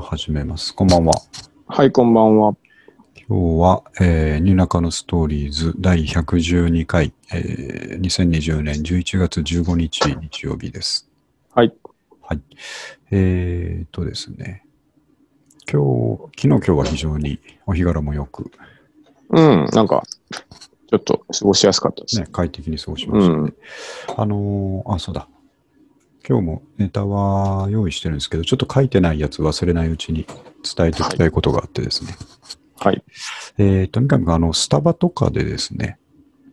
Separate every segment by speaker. Speaker 1: 始めます。こんばんは。
Speaker 2: はい、こんばんは。
Speaker 1: 今日は、えー、ニュナカのストーリーズ第112回、えー、2020年11月15日日曜日です。
Speaker 2: はい。
Speaker 1: はい。えー、っとですね。今日、昨日今日は非常にお日柄もよく、
Speaker 2: うん、なんか、ちょっと過ごしやすかったです。
Speaker 1: ね、快適に過ごしま
Speaker 2: う
Speaker 1: したね。
Speaker 2: ん。
Speaker 1: あのーあ、そうだ。今日もネタは用意してるんですけど、ちょっと書いてないやつ忘れないうちに伝えておきたいことがあってですね。
Speaker 2: はい。
Speaker 1: えー、とにかくあの、スタバとかでですね、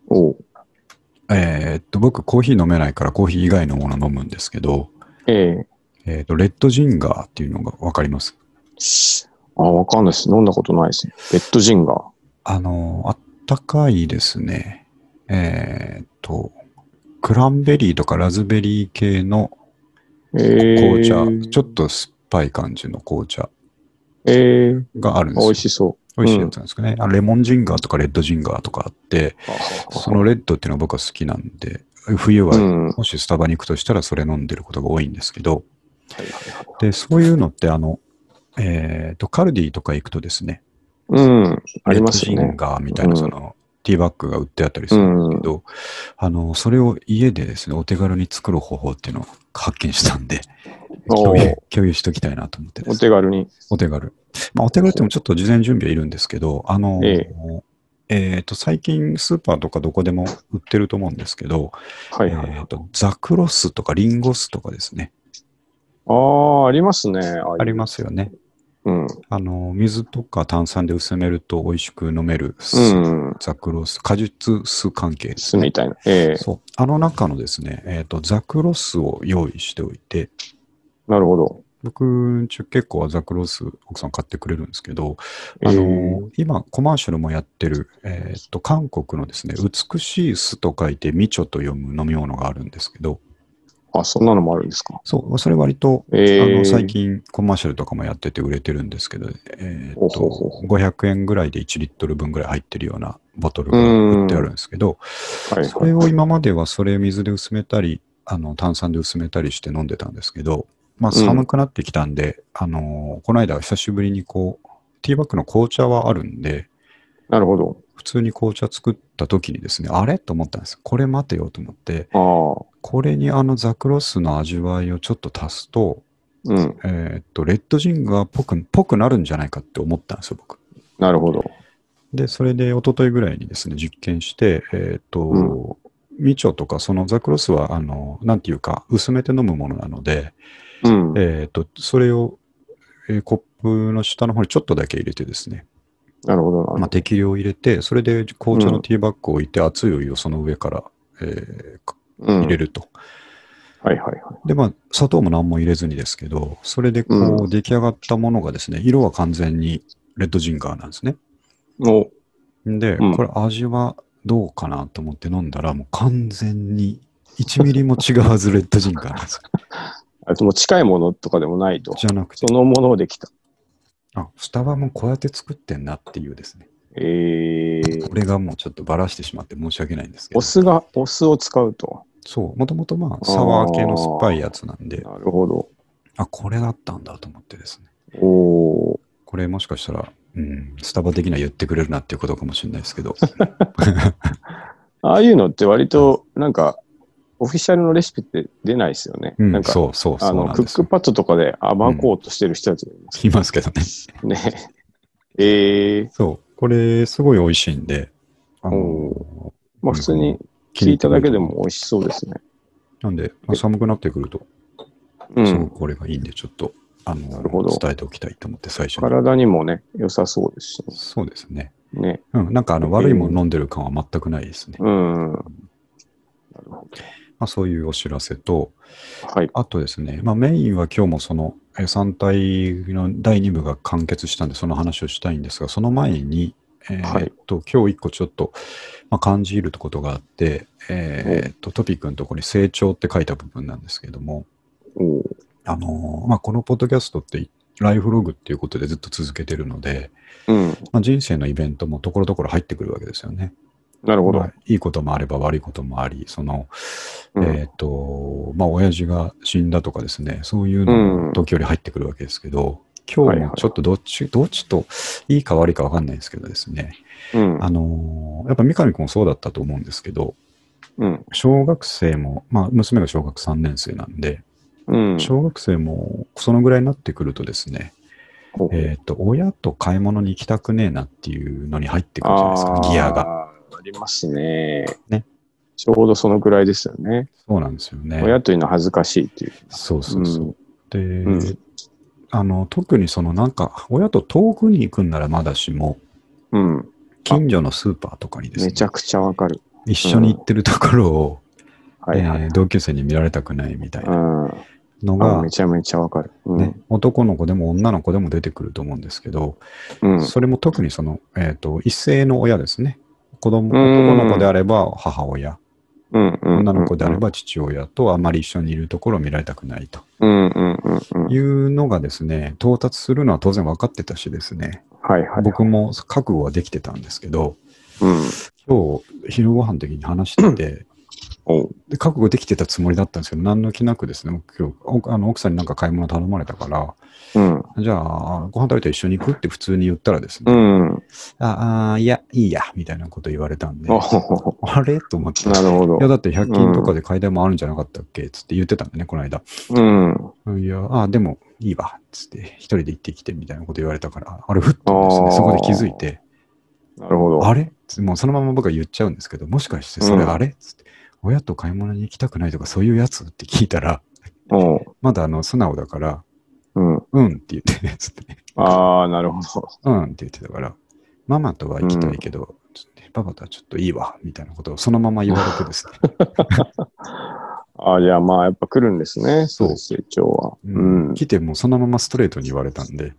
Speaker 2: おう
Speaker 1: えーっと、僕コーヒー飲めないからコーヒー以外のもの飲むんですけど、
Speaker 2: ええ
Speaker 1: えーっと、レッドジンガーっていうのがわかります。
Speaker 2: あ、わかんないです。飲んだことないですね。レッドジンガー。
Speaker 1: あのー、あったかいですね。えーっと、クランベリーとかラズベリー系の
Speaker 2: ええ
Speaker 1: 紅茶、ちょっ。と酸っぱい感じの紅茶
Speaker 2: ええ
Speaker 1: があるんです
Speaker 2: 美
Speaker 1: よ
Speaker 2: 味。しそ
Speaker 1: 美味しいやつなんですかね。あレモンジンガーとかレッドジンガーとかあって、
Speaker 2: う。あ
Speaker 1: そのレッドっていうのは僕は好きなんで、冬は
Speaker 2: うん。はい
Speaker 1: もしスタバに行くとしたらそれ飲んでることが多いんですけど、
Speaker 2: はいはい
Speaker 1: で、そういうのってあの、えっ、と、カルディとか行くとですね、
Speaker 2: うん。ありますよ
Speaker 1: レッドジン
Speaker 2: ね。
Speaker 1: ガーみたいな
Speaker 2: うん
Speaker 1: その、ティーバッグが売ってあったりするんですけど、あの、それを家でですね、お手軽に作る方法っていうのを発見したんで、
Speaker 2: お
Speaker 1: 共有
Speaker 2: ー
Speaker 1: 共有しときたいなと思ってで
Speaker 2: お
Speaker 1: すね
Speaker 2: 手軽に。
Speaker 1: お手軽。まあ、お手軽ってもちょっと事前準備はいるんですけど、あの、
Speaker 2: え
Speaker 1: えっ、と、最近スーパーとかどこでも売ってると思うんですけど、
Speaker 2: はいはい。
Speaker 1: えっ、と、ザクロスとかリンゴ酢とかですね、
Speaker 2: ああ、ありますね。
Speaker 1: ありますよね。
Speaker 2: うん。
Speaker 1: あの、水とか炭酸で薄めると美味しく飲める酢、
Speaker 2: うん。
Speaker 1: ザクロス、果実酢関係です
Speaker 2: 酢
Speaker 1: ね
Speaker 2: み。たいな。ええ
Speaker 1: そう。あの中のですね、えっ、と、ザクロスを用意しておいて、
Speaker 2: なるほど。
Speaker 1: 僕んち結構ザクロス奥さん買ってくれるんですけど、
Speaker 2: え
Speaker 1: あの
Speaker 2: え
Speaker 1: 今コマーシャルもやってる、えーっと韓国のですね美しい酢と書いてみちょと読む飲み物があるんですけど
Speaker 2: あ、そんなのもあるんですか。
Speaker 1: そうそれ割と、
Speaker 2: ええ
Speaker 1: あの最近コマーシャルとかもやってて売れてるんですけど、えー
Speaker 2: ほ
Speaker 1: っ
Speaker 2: うほうほ
Speaker 1: と
Speaker 2: う
Speaker 1: 500円ぐらいで1リットル分ぐらい入ってるようなボトルが売ってあるんですけど
Speaker 2: はい
Speaker 1: それ
Speaker 2: は
Speaker 1: を今まではそれ水で薄めたりあの炭酸で薄めたりして飲んでたんですけど、まあ、
Speaker 2: うん
Speaker 1: 寒くなってきたんで、あのこの間久しぶりにこうティーバッグの紅茶はあるんで
Speaker 2: い。なるほど。
Speaker 1: 普通に紅茶作った時にですねあれと思ったんですこれ待てよと思って
Speaker 2: ああ。
Speaker 1: これにあのザクロスの味わいをちょっと足すと,、
Speaker 2: うん。
Speaker 1: えーっとレッドジンガーっぽくぽくなるんじゃないかって思ったんですよ僕。
Speaker 2: なるほど。
Speaker 1: で、それで一昨日ぐらいにですね、実験して、えっ、と、ミチョとか、そのザクロスは、あの、なんていうか、薄めて飲むものなので、
Speaker 2: うん。
Speaker 1: えっ、と、それを、えーコップの下の方にちょっとだけ入れてですね、
Speaker 2: なるほどな。
Speaker 1: まあ、適量入れて、それで紅茶
Speaker 2: う
Speaker 1: の
Speaker 2: ん
Speaker 1: ティーバッグを置いて、熱いお湯をその上から、えーか
Speaker 2: うん
Speaker 1: 入れると。
Speaker 2: はいはいはい。
Speaker 1: で、まあ、砂糖も何も入れずにですけど、それでこう、
Speaker 2: う
Speaker 1: 出来上がったものがですね、色は完全にレッドジンガーなんですね。
Speaker 2: お
Speaker 1: で、
Speaker 2: うん
Speaker 1: これ味はどうかなと思って飲んだら、もう完全に1ミリも違わずレッドジンガーなんですよ
Speaker 2: あともう近いものとかでもないと。
Speaker 1: じゃなくて
Speaker 2: そ、のものできた。
Speaker 1: あ、スタバもこうやって作ってんなっていうですね。
Speaker 2: えー
Speaker 1: こ、れがもうちょっとバラしてしまって申し訳ないんですけど
Speaker 2: お。酢が、お酢を使うと。
Speaker 1: そう、もともとまあ、サワー系の酸っぱいやつなんで、
Speaker 2: なるほど。
Speaker 1: あ、これだったんだと思ってですね。
Speaker 2: おー
Speaker 1: これもしかしたら、うん、スタバ的には言ってくれるなっていうことかもしれないですけど。
Speaker 2: ああいうのって割と、なんか、オフィシャルのレシピって出ないですよね。
Speaker 1: う
Speaker 2: なん
Speaker 1: ん、
Speaker 2: か、
Speaker 1: そうそう
Speaker 2: あ
Speaker 1: そう
Speaker 2: の
Speaker 1: なん
Speaker 2: ク
Speaker 1: で
Speaker 2: ッ
Speaker 1: すよ
Speaker 2: ク。パッドとかで暴こうとしてる人たちがい
Speaker 1: い
Speaker 2: ま
Speaker 1: ますけどね。
Speaker 2: すね。 えー、
Speaker 1: そう、これすごい美味しいんで、あの
Speaker 2: お、まあ普通に聞いただけでも美味しそうですね。
Speaker 1: なんで、まあ、寒くなってくると、
Speaker 2: う
Speaker 1: すご
Speaker 2: ん
Speaker 1: く。これがいいんで、ちょっと、あの
Speaker 2: なるほど
Speaker 1: 伝えておきたいと思って、最初に。
Speaker 2: 体にもね、良さそうですし
Speaker 1: そうですね。
Speaker 2: ね。ね。
Speaker 1: うん、なんかあの悪いもの飲んでる感は全くないですね。
Speaker 2: うん。なるほ
Speaker 1: まあ、そういうお知らせと、
Speaker 2: ど。はい。
Speaker 1: あとですね、まあ、メインは今日もそのえー三体の第2部が完結したんで、その話をしたいんですが、その前に、えー
Speaker 2: はい
Speaker 1: えっと今日一個ちょっと、まあ、感じることがあって、えーっとトピックのところに成長って書いた部分なんですけども、
Speaker 2: おー
Speaker 1: あのーまあ、このポッドキャストってライフログっていうことでずっと続けてるので、
Speaker 2: うん。
Speaker 1: まあ、人生のイベントもところどころ入ってくるわけですよね。
Speaker 2: なるほど。
Speaker 1: まあいいこともあれば悪いこともあり、その、
Speaker 2: うん
Speaker 1: えっ、と、まあ、親父が死んだとかですね、そういうの
Speaker 2: う
Speaker 1: も
Speaker 2: ん
Speaker 1: 時折入ってくるわけですけど、今
Speaker 2: は
Speaker 1: 日
Speaker 2: いは
Speaker 1: も
Speaker 2: い
Speaker 1: ちょっとどっち、どっちといいか悪いかわかんないですけどですね、
Speaker 2: うん。
Speaker 1: あのーやっぱ三上君もそうだったと思うんですけど、
Speaker 2: うん。
Speaker 1: 小学生も、まあ、娘が小学3年生なんで、
Speaker 2: うん。
Speaker 1: 小学生もそのぐらいになってくるとですね、
Speaker 2: ほう
Speaker 1: えっ、と、親と買い物に行きたくねえなっていうのに入ってくるじゃないですか、ギアが。
Speaker 2: あーありますね。
Speaker 1: ね
Speaker 2: ちょうどそのくらいですよね。
Speaker 1: そうなんですよね。
Speaker 2: 親というのは恥ずかしいっていう。
Speaker 1: そうそうそう。
Speaker 2: う
Speaker 1: で
Speaker 2: ん、
Speaker 1: あの、特にそのなんか、親と遠くに行くんならまだしも、
Speaker 2: うん。
Speaker 1: 近所のスーパーとかにです
Speaker 2: め
Speaker 1: ね
Speaker 2: ち、ゃくちゃわかる。
Speaker 1: 一緒に行ってるところを、
Speaker 2: はいはい。。
Speaker 1: えー同級生に見られたくないみたいうなんの
Speaker 2: あ
Speaker 1: が
Speaker 2: め、ちゃめちゃわかる。うん。
Speaker 1: ね、男の子でも女の子でも出てくると思うんですけど、
Speaker 2: うん。
Speaker 1: それも特にその、えっ、と、一斉の親ですね。子供、
Speaker 2: うん
Speaker 1: 男の子であれば母親、
Speaker 2: うん。うん
Speaker 1: 女の子であれ。ば父親とあまり一緒にいるところを見られたくないと
Speaker 2: うんうんうんうん。
Speaker 1: いうのがですね、到達するのは当然分かってたしですね、
Speaker 2: はいはい。
Speaker 1: 僕も覚悟はできてたんですけど、
Speaker 2: うん。
Speaker 1: 今日昼ご飯の時に話して て、
Speaker 2: おう
Speaker 1: で覚悟できてたつもりだったんですけど、何の気なくですね、僕今日おあの奥さんになんか買い物頼まれたから、
Speaker 2: うん。
Speaker 1: じゃあ、ご飯食べて一緒に行くって普通に言ったらです
Speaker 2: う
Speaker 1: ね、
Speaker 2: ん。
Speaker 1: ああー、いや、いいや、みたいなこと言われたんで、
Speaker 2: おお。
Speaker 1: あれと思って。
Speaker 2: なるほど
Speaker 1: いや、。だって100均とかで買い物もあるんじゃなかったっけつって言ってたんだね、この間。
Speaker 2: うん。
Speaker 1: いや、あ、でもいいわ。つって、一人で行ってきてみたいなこと言われたから、あれ、ふっとです
Speaker 2: あ
Speaker 1: ね、
Speaker 2: ー
Speaker 1: そこで気づいて、
Speaker 2: なるほど。
Speaker 1: あれつもうそのまま僕は言っちゃうんですけど、もしかしてそれあれ、つって、親と買い物に行きたくないとかそういうやつって聞いたら、
Speaker 2: おう
Speaker 1: まだあの素直だから、
Speaker 2: うん。
Speaker 1: うんって言って ね、つってね、
Speaker 2: ああ、なるほど。
Speaker 1: うんって言ってたから、ママとは行きたいけど、つってパパとはちょっといいわ、みたいなことをそのまま言われてです ね。
Speaker 2: ああ、じゃあまあ、やっぱ来るんですね。
Speaker 1: そう
Speaker 2: そういう成長は。う
Speaker 1: うん
Speaker 2: ん。
Speaker 1: 来てもうそのままストレートに言われたんで、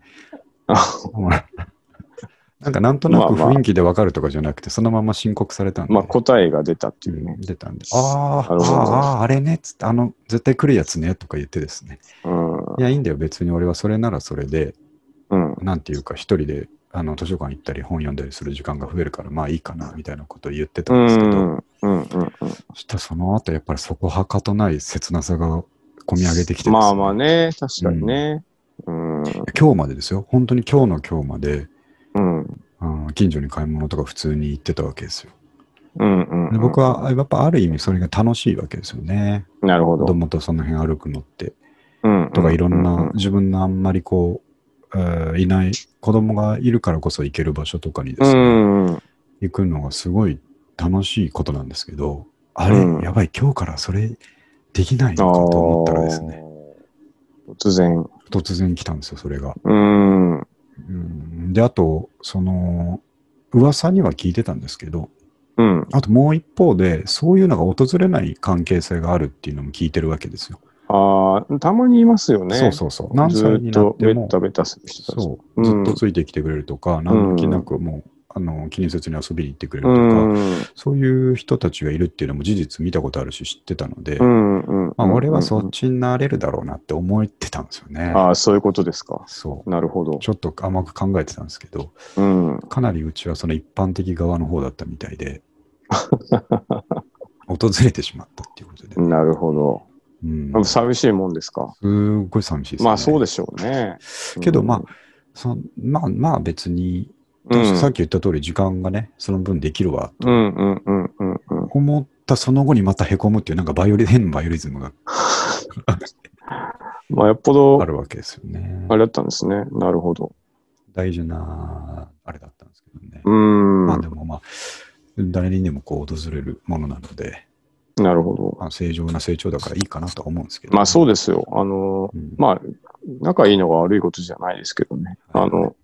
Speaker 2: あ
Speaker 1: もう なんかなんとなく雰囲気でわかるとかじゃなくて、そのまま申告されたんで、
Speaker 2: まあ、答えが出たっていう
Speaker 1: う
Speaker 2: ね
Speaker 1: ん。出たんで、あー
Speaker 2: なるほど
Speaker 1: あー、あれねっつって、あの、絶対来るやつねとか言ってですね、
Speaker 2: うん。
Speaker 1: いや、いいんだよ、別に俺はそれならそれで、
Speaker 2: うん。
Speaker 1: なんていうか、一人であの図書館行ったり、本読んだりする時間が増えるから、まあいいかなみたいなことを言ってた
Speaker 2: うん
Speaker 1: ですけど、
Speaker 2: ん。うん。うん。
Speaker 1: そしたらその後、やっぱりそこはかとない切なさが込み上げてきてです、
Speaker 2: まあまあね、確かにね。うん。
Speaker 1: 今日までですよ、本当に今日の今日まで、
Speaker 2: うん。
Speaker 1: うん近所に買い物とか普通に行ってたわけですよ。
Speaker 2: うん。うん。
Speaker 1: で僕。はやっぱある意味それが楽しいわけですよね。
Speaker 2: なるほ
Speaker 1: 子
Speaker 2: ど。
Speaker 1: 供とその辺歩くのって。
Speaker 2: うん。
Speaker 1: とかいろん
Speaker 2: う
Speaker 1: な
Speaker 2: う
Speaker 1: 自分のあんまりこう、えーいない子供がいるからこそ行ける場所とかにで
Speaker 2: う
Speaker 1: すね、
Speaker 2: ん。うん
Speaker 1: 行くのがすごい楽しいことなんですけど、あれ、
Speaker 2: うん
Speaker 1: やばい、今日からそれできない
Speaker 2: あ
Speaker 1: のかと思ったらですね、
Speaker 2: ー突然。
Speaker 1: 突然来たんですよ、それが。
Speaker 2: うん。うん
Speaker 1: うんで、あと、その、噂には聞いてたんですけど、。あともう一方で、そういうのが訪れない関係性があるっていうのも聞いてるわけですよ。
Speaker 2: ああ、たまにいますよね。
Speaker 1: そうそうそう。何歳になって
Speaker 2: ずー
Speaker 1: も
Speaker 2: っとベッ、タベタする人たち。
Speaker 1: そう、ず
Speaker 2: う
Speaker 1: っ
Speaker 2: ん
Speaker 1: とついてきてくれるとか、何の気なくもう、あの、気にせずに遊びに行ってくれるとか、
Speaker 2: うん。
Speaker 1: そういう人たちがいるっていうのも事実見たことあるし知ってたので、
Speaker 2: うんうん。
Speaker 1: まあ、俺はそ
Speaker 2: うん
Speaker 1: っちになれるだろうなって思ってたんですよね。
Speaker 2: ああ、そういうことですか。
Speaker 1: そう。
Speaker 2: なるほど。
Speaker 1: ちょっと甘く考えてたんですけど、
Speaker 2: うん。
Speaker 1: かなりうちはその一般的側の方だったみたい で、訪れてしまったっていうことで。
Speaker 2: なるほど。
Speaker 1: うん
Speaker 2: 寂しいもんですか。
Speaker 1: すごい寂しいです、ね。
Speaker 2: まあそう
Speaker 1: で
Speaker 2: でしょうね。
Speaker 1: けどまあ、そまあまあ別に、
Speaker 2: うん、
Speaker 1: さっき言った通り時間がね、その分できるわ、と
Speaker 2: うんうんうんうんうん。
Speaker 1: 思ったその後にまた凹むっていう、なんかバイオリン、変なバイオリズムが
Speaker 2: まあよっぽど
Speaker 1: あ、るわけですよね
Speaker 2: あ。れだったんですね。なるほど。
Speaker 1: 大事な、あれだったんですけどね
Speaker 2: う。ん。
Speaker 1: まあ
Speaker 2: な
Speaker 1: でもまあ、誰にでもこう訪れるものなので、
Speaker 2: るほど。
Speaker 1: まあ、正常な成長だからいいかなとは思うんですけど、
Speaker 2: まあそう
Speaker 1: で
Speaker 2: ですよ。あの、
Speaker 1: す。うん
Speaker 2: まあ、仲いいのが悪いことじゃないですけどね。
Speaker 1: はい
Speaker 2: あの、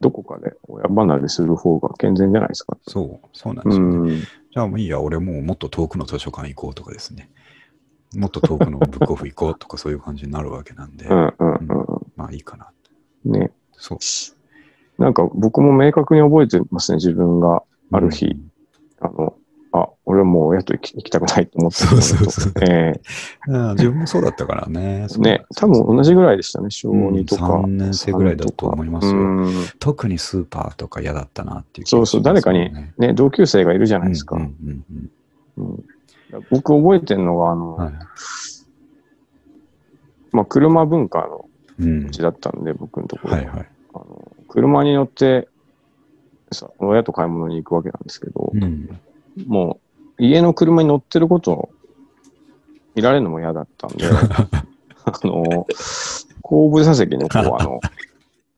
Speaker 2: どこかで親離れする方が健全じゃないですか。
Speaker 1: そう、そうなんで
Speaker 2: う
Speaker 1: すよね。
Speaker 2: ん。
Speaker 1: じゃあもういいや、俺もうもっと遠くの図書館行こうとかですね。もっと遠くのブックオフ行こうとかそういう感じになるわけなんで、
Speaker 2: うんうんう
Speaker 1: まあいいかなと。
Speaker 2: ん。ね。
Speaker 1: そう。
Speaker 2: なんか僕も明確に覚えてますね、自分が。ある日
Speaker 1: うん
Speaker 2: あの、あ、俺はもう親と行き行きたくないと思ってた
Speaker 1: そうそうそう
Speaker 2: ええ
Speaker 1: ああ自分もそうだったからね。そう
Speaker 2: ね、多分同じぐらいでしたね、小
Speaker 1: うん
Speaker 2: 2とか。
Speaker 1: 3年生ぐらいだと思いますよ
Speaker 2: うん
Speaker 1: 特にスーパーとか嫌だったなっていう、
Speaker 2: そうそう誰かに
Speaker 1: じ
Speaker 2: ね、同級生がいるじゃないですか。
Speaker 1: うんうんうん
Speaker 2: うん僕覚えてるのが、あの、
Speaker 1: うんはい
Speaker 2: まあ、車文化の
Speaker 1: うん
Speaker 2: ちだったんで、僕のところ
Speaker 1: は
Speaker 2: はい
Speaker 1: はい。
Speaker 2: あの車に乗ってさ、親と買い物に行くわけなんですけど、
Speaker 1: うん。
Speaker 2: もう家の車に乗ってることを見られるのも嫌だっ たんで、あの、後部座席のこう、あ の、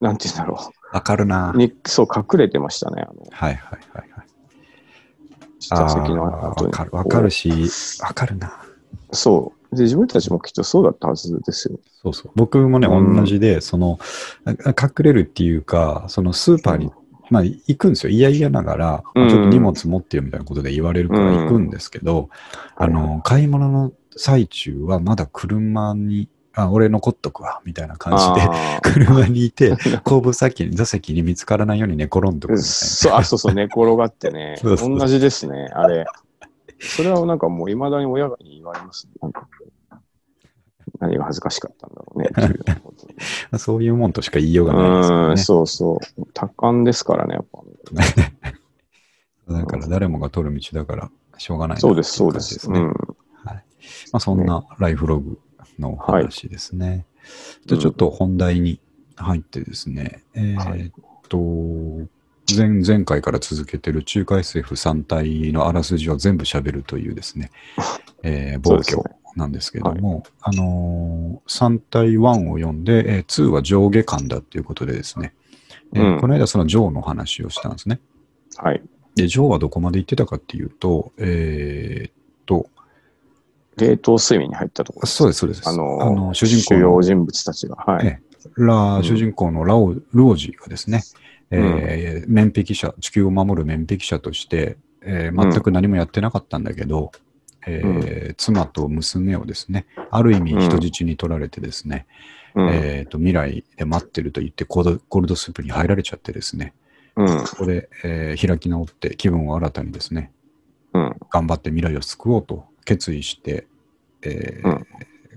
Speaker 2: なんて言うんだろ
Speaker 1: わかるな
Speaker 2: う、。にそう隠れてましたね、あの、
Speaker 1: はいはいはいはい。
Speaker 2: 下席の
Speaker 1: あー
Speaker 2: 後
Speaker 1: わ
Speaker 2: に。
Speaker 1: かるわかるし、わかるな。
Speaker 2: そう。で、自分たちもきっとそうだったはずですよ。
Speaker 1: そうそう。僕もね、
Speaker 2: うん
Speaker 1: 同じで、その、あ隠れるっていうか、そのスーパーに、まあ、行くんですよ。いやいやながら、あ
Speaker 2: うん
Speaker 1: ちょっと荷物持ってよみたいなことで言われるから行くんですけど、あの、買い物の最中はまだ車に、あ、俺残っとくわ、みたいな感じで、
Speaker 2: あー
Speaker 1: 車にい て、後部先に、座席に見つからないように寝転んどくみたい
Speaker 2: そう、あ、そうそう、寝転がってね。
Speaker 1: そうそう
Speaker 2: 同じですね、あれ。それはなんかもう、いまだに親に言われます、ね。なんか何が恥ずかしかったんだろうね、っていうようなことに。
Speaker 1: な。そういうもんとしか言いようがないですよ
Speaker 2: う
Speaker 1: ね
Speaker 2: ん、。そうそう。多感ですからね、やっぱ。
Speaker 1: だから誰もが取る道だから、しょうがないなってい
Speaker 2: そうです、そうで
Speaker 1: 感じ
Speaker 2: す。
Speaker 1: ね
Speaker 2: うん。
Speaker 1: まあ、そんなライフログのお話ですね。じゃあちょっと本題に入ってですね、えーっと、前前回から続けてる中華 SF3 体のあらすじを全部喋るという ですね、えー
Speaker 2: そう
Speaker 1: 暴
Speaker 2: ですね
Speaker 1: 挙なんですけども、あのー、3体1を読んで、えー2は上下巻だっていうことでですね、えー
Speaker 2: うん
Speaker 1: この間その上の話をしたんですね。
Speaker 2: はい。
Speaker 1: で、上はどこまで行ってたかっていうと、えーっと、
Speaker 2: 冷凍睡眠に入ったところ。
Speaker 1: そうです、そうです。
Speaker 2: あの
Speaker 1: 主人公
Speaker 2: 主
Speaker 1: の
Speaker 2: 要人物たちが。は
Speaker 1: え
Speaker 2: い。
Speaker 1: ラ、
Speaker 2: うん
Speaker 1: 主人公のラオ、ロージがですね、えー面壁者、地球を守る面壁者として、えー
Speaker 2: うん
Speaker 1: 全く何もやってなかったんだけど、えー妻と娘をですね、ある意味人質に取られてですね、
Speaker 2: うん。
Speaker 1: えーと未来で待ってると言ってコードコールドスープに入られちゃってですね、
Speaker 2: うん。
Speaker 1: ここで、えー開き直って気分を新たにですね、
Speaker 2: うん。
Speaker 1: 頑張って未来を救おうと決意して、えー
Speaker 2: うん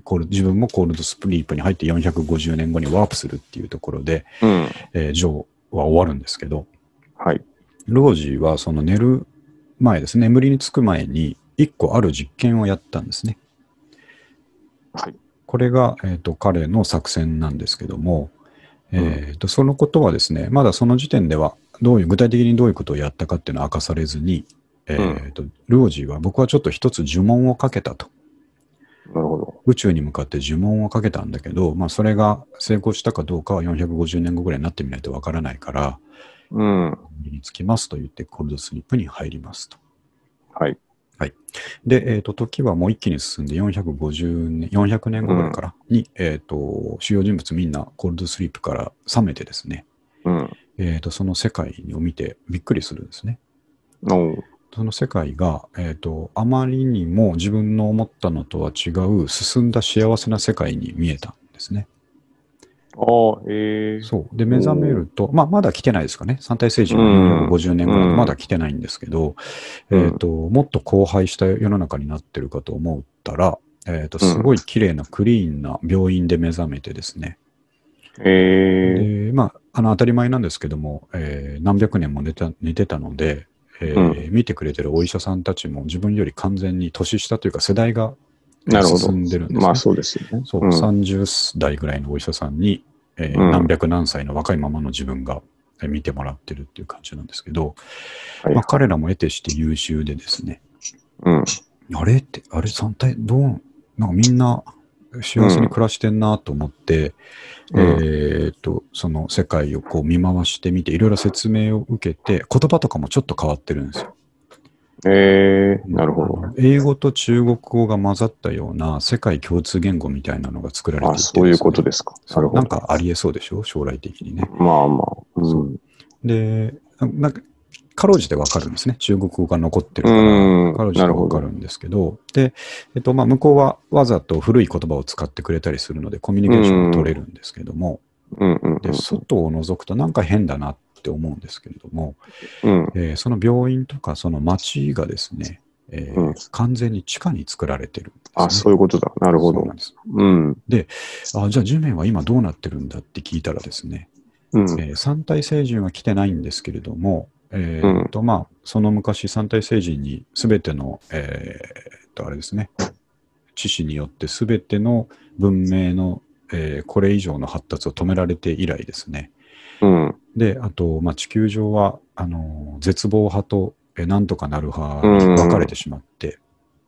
Speaker 1: コール自分もコールドスプリープに入って450年後にワープするっていうところで、
Speaker 2: うん。
Speaker 1: えージョーは終わるんですけど、
Speaker 2: はい。
Speaker 1: ロージーはその寝る前ですね、眠りにつく前に、一個ある実験をやったんですね。
Speaker 2: はい。
Speaker 1: これが、えー、と彼の作戦なんですけども、えーとそのことはですね、まだその時点ではどういう、具体的にどういうことをやったかっていうのは明かされずに、えーとロージーは僕はちょっと一つ呪文をかけたと。
Speaker 2: なるほど。
Speaker 1: 宇宙に向かって呪文をかけたんだけど、まあ、それが成功したかどうかは450年後ぐらいになってみないとわからないから、
Speaker 2: うん。は
Speaker 1: 身につきますと言ってコールドスリープに入りますと。
Speaker 2: い。
Speaker 1: で、えー、と時はもう一気に進んで450年400年後ぐらいからに、えー、と主要人物みんなコールドスリープから覚めてですね、
Speaker 2: うん。
Speaker 1: えー、とその世界を見てびっくりするんですね。
Speaker 2: おう
Speaker 1: その世界が、えー、とあまりにも自分の思ったのとは違う進んだ幸せな世界に見えたんですね。
Speaker 2: ああ、ええ
Speaker 1: そう。で、目覚めると、まあ、まだ来てないですかね。三体政治
Speaker 2: うん
Speaker 1: の50年ぐらい、
Speaker 2: うん
Speaker 1: まだ来てないんですけど、
Speaker 2: うん
Speaker 1: えっ、と、もっと荒廃した世の中になってるかと思ったら、えっ、と、すごい綺麗なクリーンな病院で目覚めてですね。
Speaker 2: ええ
Speaker 1: でまあ、あの、当たり前なんですけども、えー何百年も寝た寝てたので、えー見てくれてるお医者さんたちも自分より完全に年下というか世代がえー
Speaker 2: なるほど。
Speaker 1: 進んでるんです、ね。
Speaker 2: まあそうですよね。
Speaker 1: そう、
Speaker 2: ん
Speaker 1: 30代ぐらいのお医者さんに、えー
Speaker 2: うん
Speaker 1: 何百何歳の若いままの自分がえー見てもらってるっていう感じなんですけど、
Speaker 2: はい
Speaker 1: まあ、彼らも得てして優秀でですね、
Speaker 2: うん。
Speaker 1: あれって、あれ、三体、どう、なんかみんな幸せに暮らしてんなと思って、
Speaker 2: うん
Speaker 1: えーっと、その世界をこう見回してみて、いろいろ説明を受けて、言葉とかもちょっと変わってるんですよ。
Speaker 2: ええなるほど。
Speaker 1: あの。英語と中国語が混ざったような世界共通言語みたいなのが作られていて
Speaker 2: あそういうこと
Speaker 1: で
Speaker 2: ですか。なる
Speaker 1: そう
Speaker 2: ほ
Speaker 1: なん
Speaker 2: ど。
Speaker 1: かありえそうでしょ将来的にね。
Speaker 2: まあまあ。うん。
Speaker 1: で、なんか、かろうじてわかるんですね。中国語が残ってるから。
Speaker 2: うん
Speaker 1: かろう。じて
Speaker 2: なる
Speaker 1: わ
Speaker 2: ほ
Speaker 1: か
Speaker 2: ど。
Speaker 1: るんですけど、で、えっと、まあ、向こうはわざと古い言葉を使ってくれたりするので、コミュニケーションが取れるんですけども、
Speaker 2: うんうん
Speaker 1: で、外を覗くとなんか変だなって思うんですけれども、
Speaker 2: うん。うん。
Speaker 1: えーその病院とかその町がですね、えー
Speaker 2: うん
Speaker 1: 完全に地下に作られてるんですね、
Speaker 2: あ、そういうことだ。なるほ
Speaker 1: そう
Speaker 2: ど
Speaker 1: なん。です
Speaker 2: うん。
Speaker 1: あじゃあ地面は今どうなってるんだって聞いたらですね、
Speaker 2: うん。
Speaker 1: えー三体星人は来てないんですけれども、えーっとまあ、その昔、三体星人にすべての、えーっとあれですね、知識によってすべての文明のえーこれ以上の発達を止められて以来ですね。
Speaker 2: うん。
Speaker 1: で、あと、まあ、地球上は、あのー絶望派と、えーなんとかなる派に分かれてしまって、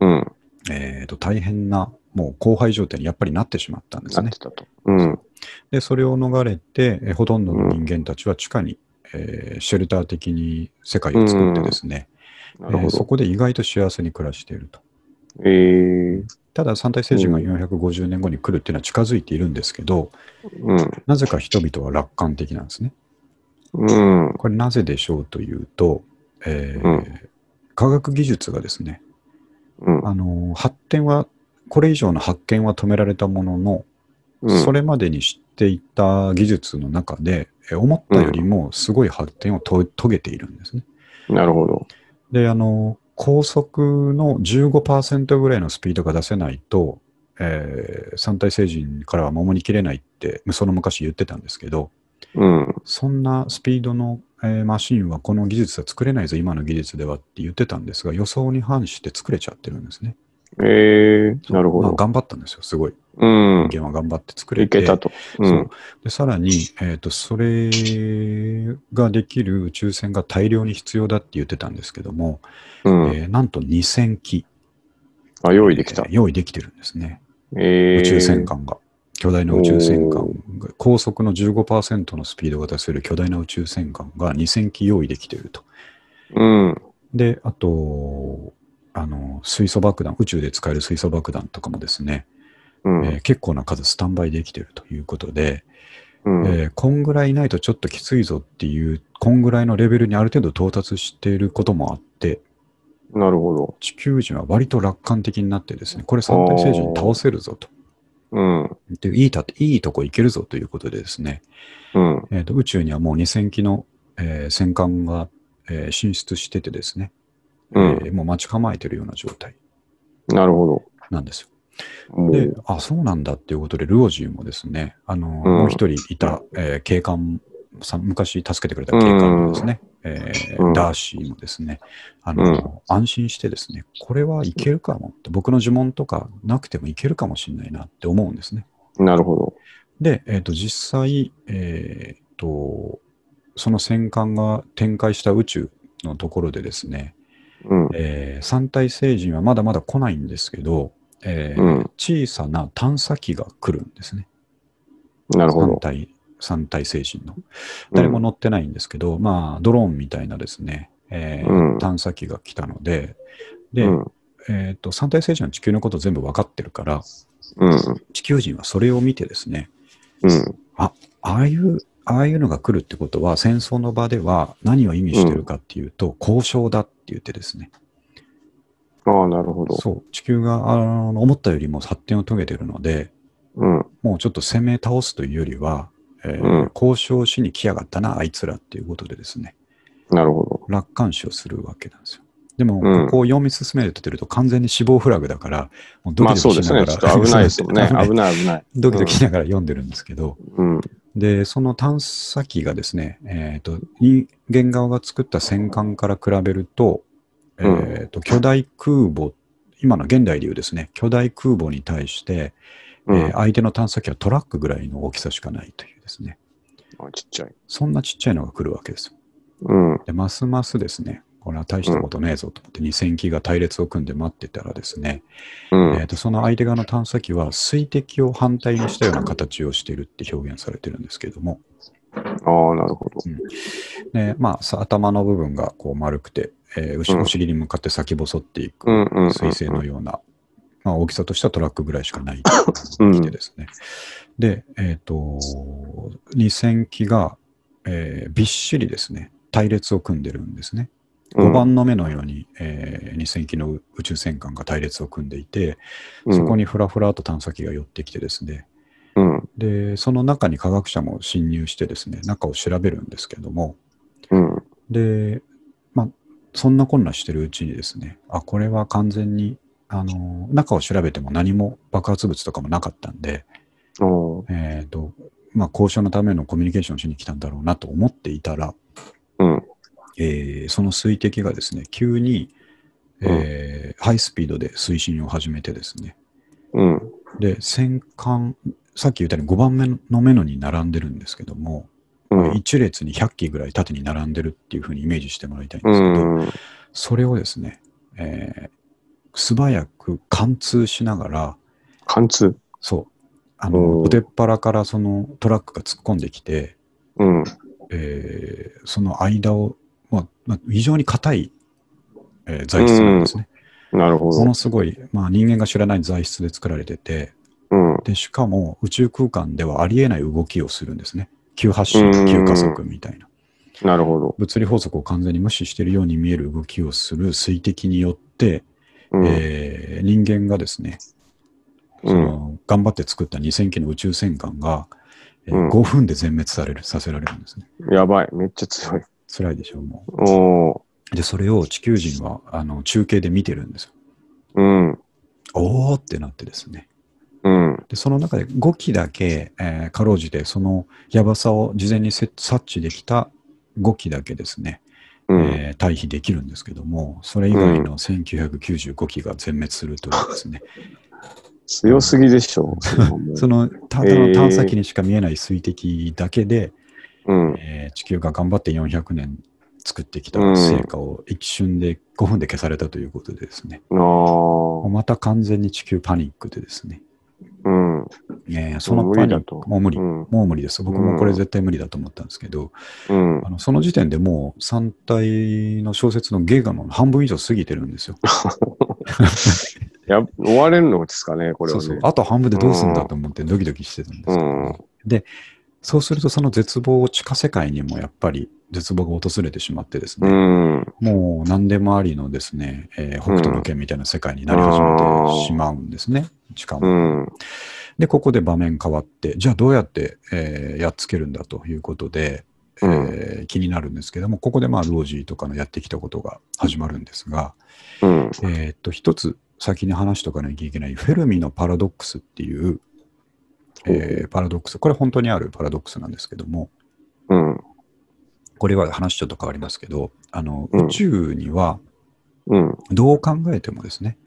Speaker 2: うん。
Speaker 1: えーと、大変な、もう荒廃状態にやっぱりなってしまったんです
Speaker 2: なっ
Speaker 1: ね
Speaker 2: て。たと。うん。
Speaker 1: で、それを逃れて、えーほとんどの人間たちは地下に、えーシェルター的に世界を作ってですね、
Speaker 2: なる
Speaker 1: え
Speaker 2: ほ
Speaker 1: ーそ
Speaker 2: ど。
Speaker 1: こで意外と幸せに暮らしていると。
Speaker 2: えー。
Speaker 1: ただ、三体星人が
Speaker 2: う
Speaker 1: 450年後に来るっていうのは近づいているんですけど、
Speaker 2: うん。
Speaker 1: なぜか人々は楽観的なんですね。
Speaker 2: うん。
Speaker 1: これなぜでしょうというと、えー
Speaker 2: うん
Speaker 1: 科学技術がですね、
Speaker 2: うん。
Speaker 1: あのー発展は、これ以上の発見は止められたものの、
Speaker 2: うん
Speaker 1: それまでに知っていた技術の中で、え思ったよりもすごい発展をと遂げているんですね。
Speaker 2: なるほど。
Speaker 1: で、あの、高速の15%ぐらいのスピードが出せないと、えー三体星人からは守りきれないって、その昔言ってたんですけど、
Speaker 2: うん。
Speaker 1: そんなスピードの、えーマシンはこの技術は作れないぞ、今の技術ではって言ってたんですが、予想に反して作れちゃってるんですね。
Speaker 2: えー。なるほ
Speaker 1: まあ
Speaker 2: ど。
Speaker 1: 頑張ったんですよ、すごい。
Speaker 2: うん。
Speaker 1: 人間は頑張って作れ
Speaker 2: い
Speaker 1: て。
Speaker 2: けたと。う
Speaker 1: そ
Speaker 2: ん
Speaker 1: う。でさらに、えーと、それができる宇宙船が大量に必要だって言ってたんですけども、
Speaker 2: うん。
Speaker 1: えーなんと2000機、
Speaker 2: あ、用意できた
Speaker 1: えー。用意できてるんですね、
Speaker 2: えー。
Speaker 1: 宇宙戦艦が。巨大な宇宙戦艦が、高速の15%のスピードが出せる巨大な宇宙戦艦が2000機用意できていると。
Speaker 2: うん。
Speaker 1: で、あと、あの水素爆弾、宇宙で使える水素爆弾とかもですね、
Speaker 2: うん。
Speaker 1: えー結構な数スタンバイできているということで、
Speaker 2: うん。
Speaker 1: えーこんぐらいいないとちょっときついぞっていう、こんぐらいのレベルにある程度到達していることもあって、
Speaker 2: なるほど。
Speaker 1: 地球人は割と楽観的になってですね、これ三体星人倒せるぞと。
Speaker 2: うん。
Speaker 1: でいいたいいとこ行けるぞということでですね、
Speaker 2: うん。
Speaker 1: えーと宇宙にはもう2000機の、えー戦艦が、えー進出しててですね、
Speaker 2: うん
Speaker 1: えーもう待ち構えてるような状態
Speaker 2: なるほ
Speaker 1: なんですよ。
Speaker 2: ど。も
Speaker 1: で
Speaker 2: う、
Speaker 1: あ、そうなんだっていうことで、ルオジーもですね、あの、
Speaker 2: うん
Speaker 1: もう一人いた、えー警官さん、昔助けてくれた警官もですね、えー
Speaker 2: うん
Speaker 1: ダーシーもですね、あの、安心してですね、これはいけるかもって、僕の呪文とかなくてもいけるかもしれないなって思うんですね。
Speaker 2: なるほど。
Speaker 1: で、えっ、と、実際、えっ、と、その戦艦が展開した宇宙のところでですね、
Speaker 2: うん。
Speaker 1: えー三体星人はまだまだ来ないんですけど、えー
Speaker 2: うん。
Speaker 1: 小さな探査機が来るんですね。
Speaker 2: なるほ
Speaker 1: 三
Speaker 2: ど。
Speaker 1: 体、三体星人の。誰も乗ってないんですけど、まあ、ドローンみたいなですね、えー
Speaker 2: うん
Speaker 1: 探査機が来たので、
Speaker 2: う
Speaker 1: で、
Speaker 2: ん。
Speaker 1: えっ、と、三体星人は地球のこと全部わかってるから、
Speaker 2: うん。
Speaker 1: 地球人はそれを見てですね、
Speaker 2: うん。
Speaker 1: ああいう、ああいうのが来るってことは、戦争の場では何を意味してるかっていうと、交渉だって言ってですね、
Speaker 2: ああ、なるほど。
Speaker 1: そう、地球があの思ったよりも発展を遂げてるので、
Speaker 2: うん。
Speaker 1: もうちょっと攻め倒すというよりは、えー
Speaker 2: うん
Speaker 1: 交渉しに来やがったな、あいつらっていうことでですね、
Speaker 2: なるほ
Speaker 1: 楽観視をするわけなんですよ。でも、
Speaker 2: うん
Speaker 1: ここを読み進めてると完全に死亡フラグだから、もうド
Speaker 2: ど。ま
Speaker 1: キ
Speaker 2: あ
Speaker 1: ド
Speaker 2: そう
Speaker 1: キ
Speaker 2: で
Speaker 1: し
Speaker 2: す
Speaker 1: な
Speaker 2: ね。
Speaker 1: が
Speaker 2: ち
Speaker 1: ら、
Speaker 2: ょっと危な いですよ
Speaker 1: 危
Speaker 2: ね。危ない危ない。
Speaker 1: ドキドキしながら読んでるんですけど、
Speaker 2: うん。
Speaker 1: で、その探査機がですね、えっ、と、人間側が作った戦艦から比べると、えっ、
Speaker 2: うん
Speaker 1: と、巨大空母、今の現代でいうですね、巨大空母に対して、
Speaker 2: う
Speaker 1: えー
Speaker 2: ん。
Speaker 1: 相手の探査機はトラックぐらいの大きさしかないというですね、
Speaker 2: あちっちゃい。
Speaker 1: そんなちっちゃいのが来るわけですよ。
Speaker 2: うん。
Speaker 1: で、ますますですね、これは大したことねえぞと思って2000機が隊列を組んで待ってたらですね、
Speaker 2: うん
Speaker 1: えー。とその相手側の探査機は水滴を反対にしたような形をしているって表現されてるんですけども、
Speaker 2: ああ、なるほど。
Speaker 1: でまあ、さ頭の部分がこう丸くて、えー後
Speaker 2: うん
Speaker 1: お尻に向かって先細っていく
Speaker 2: うんうん。うん
Speaker 1: 水星のような、まあ、大きさとしてはトラックぐらいしかないっていうのが来てですね。で、えっ、と、2000機が、えーびっしりですね、隊列を組んでるんですね。5番の目のように、えー2000機の宇宙戦艦が隊列を組んでいて、そこ
Speaker 2: に。
Speaker 1: にふらふらと探査機が寄ってきてですね、
Speaker 2: うん。
Speaker 1: で、その中に科学者も侵入してですね、中を調べるんですけども、
Speaker 2: うん。
Speaker 1: で、まあ、そんな混乱してるうちにですね、あ、これは完全に、あの、中を調べても何も爆発物とかもなかったんで、
Speaker 2: おー
Speaker 1: えっ、と、まあ、交渉のためのコミュニケーションをしに来たんだろうなと思っていたら、
Speaker 2: うん。
Speaker 1: えーその水滴がですね、急に、えーハイスピードで推進を始めてですね、
Speaker 2: うん。
Speaker 1: で、戦艦、さっき言ったように5番目のメノに並んでるんですけども、
Speaker 2: うん。
Speaker 1: 1列に100機ぐらい縦に並んでるっていうふうにイメージしてもらいたいん
Speaker 2: う
Speaker 1: ですけど、
Speaker 2: ん。
Speaker 1: それをですね、えー素早く貫通しながら、
Speaker 2: 貫通。
Speaker 1: そう、あ
Speaker 2: お
Speaker 1: の、
Speaker 2: ー
Speaker 1: お手っ腹からそのトラックが突っ込んできて、
Speaker 2: うん。
Speaker 1: えーその間を、まあまあ、非常に硬い、えー材質なんですね。
Speaker 2: なるほ
Speaker 1: も
Speaker 2: ど。
Speaker 1: のすごい、まあ、人間が知らない材質で作られてて、
Speaker 2: うん。
Speaker 1: で、しかも宇宙空間ではありえない動きをするんですね。急発進と急加速みたいな。
Speaker 2: なるほど。
Speaker 1: 物理法則を完全に無視しているように見える動きをする水滴によって、
Speaker 2: うん。
Speaker 1: えー人間がですね、
Speaker 2: う
Speaker 1: そ
Speaker 2: ん。
Speaker 1: の頑張って作った2000機の宇宙戦艦が、えー
Speaker 2: うん
Speaker 1: 5分で全滅される、させられるんですね。
Speaker 2: やばい。めっちゃ強い。
Speaker 1: 辛いでしょう、も
Speaker 2: おー。
Speaker 1: う。で、それを地球人はあの中継で見てるんですよ。
Speaker 2: うん。
Speaker 1: おーってなってですね。
Speaker 2: うん。
Speaker 1: で、その中で5機だけ、えーかろうじて、そのやばさを事前にせ察知できた5機だけですね、
Speaker 2: うん。
Speaker 1: えー退避できるんですけども、それ以外の1995機が全滅するというですね、
Speaker 2: 強すぎでしょ。
Speaker 1: そのただの探査機にしか見えない水滴だけで、
Speaker 2: うん。
Speaker 1: えー地球が頑張って400年作ってきた成果を一瞬で5分で消されたということでですね、
Speaker 2: あー。
Speaker 1: また完全に地球パニックでですね、
Speaker 2: うん。
Speaker 1: えーその
Speaker 2: もう
Speaker 1: パ
Speaker 2: 無理
Speaker 1: ニ
Speaker 2: だ
Speaker 1: ッ
Speaker 2: と
Speaker 1: ク、もう無理、
Speaker 2: うん。
Speaker 1: もう無理です。僕もこれ絶対無理だと思ったんですけど、
Speaker 2: うん。
Speaker 1: あのその時点でもう3体の小説のゲーガの半分以上過ぎてるんですよ。
Speaker 2: や、終われるのですかね、これは
Speaker 1: そう
Speaker 2: ね
Speaker 1: そう。。あと半分でどうするんだと思ってドキドキしてたんですけど、
Speaker 2: うん
Speaker 1: で、そうするとその絶望を地下世界にもやっぱり絶望が訪れてしまってです
Speaker 2: う
Speaker 1: ね、
Speaker 2: ん。
Speaker 1: もう何でもありのですね、えー北斗の拳みたいな世界になり始めてしまうんですね、しか
Speaker 2: う
Speaker 1: も。
Speaker 2: ん。
Speaker 1: で、ここで場面変わって、じゃあどうやって、えーやっつけるんだということで、えー気になるんですけども、ここでまあ、ロージーとかのやってきたことが始まるんですが、
Speaker 2: うん。
Speaker 1: えーっと、一つ先に話しとかなきゃいけない、フェルミのパラドックスっていう、えーパラドックス、これ本当にあるパラドックスなんですけども、
Speaker 2: うん。
Speaker 1: これは話ちょっと変わりますけど、あの
Speaker 2: うん
Speaker 1: 宇宙には
Speaker 2: うん。
Speaker 1: どう考えてもですね、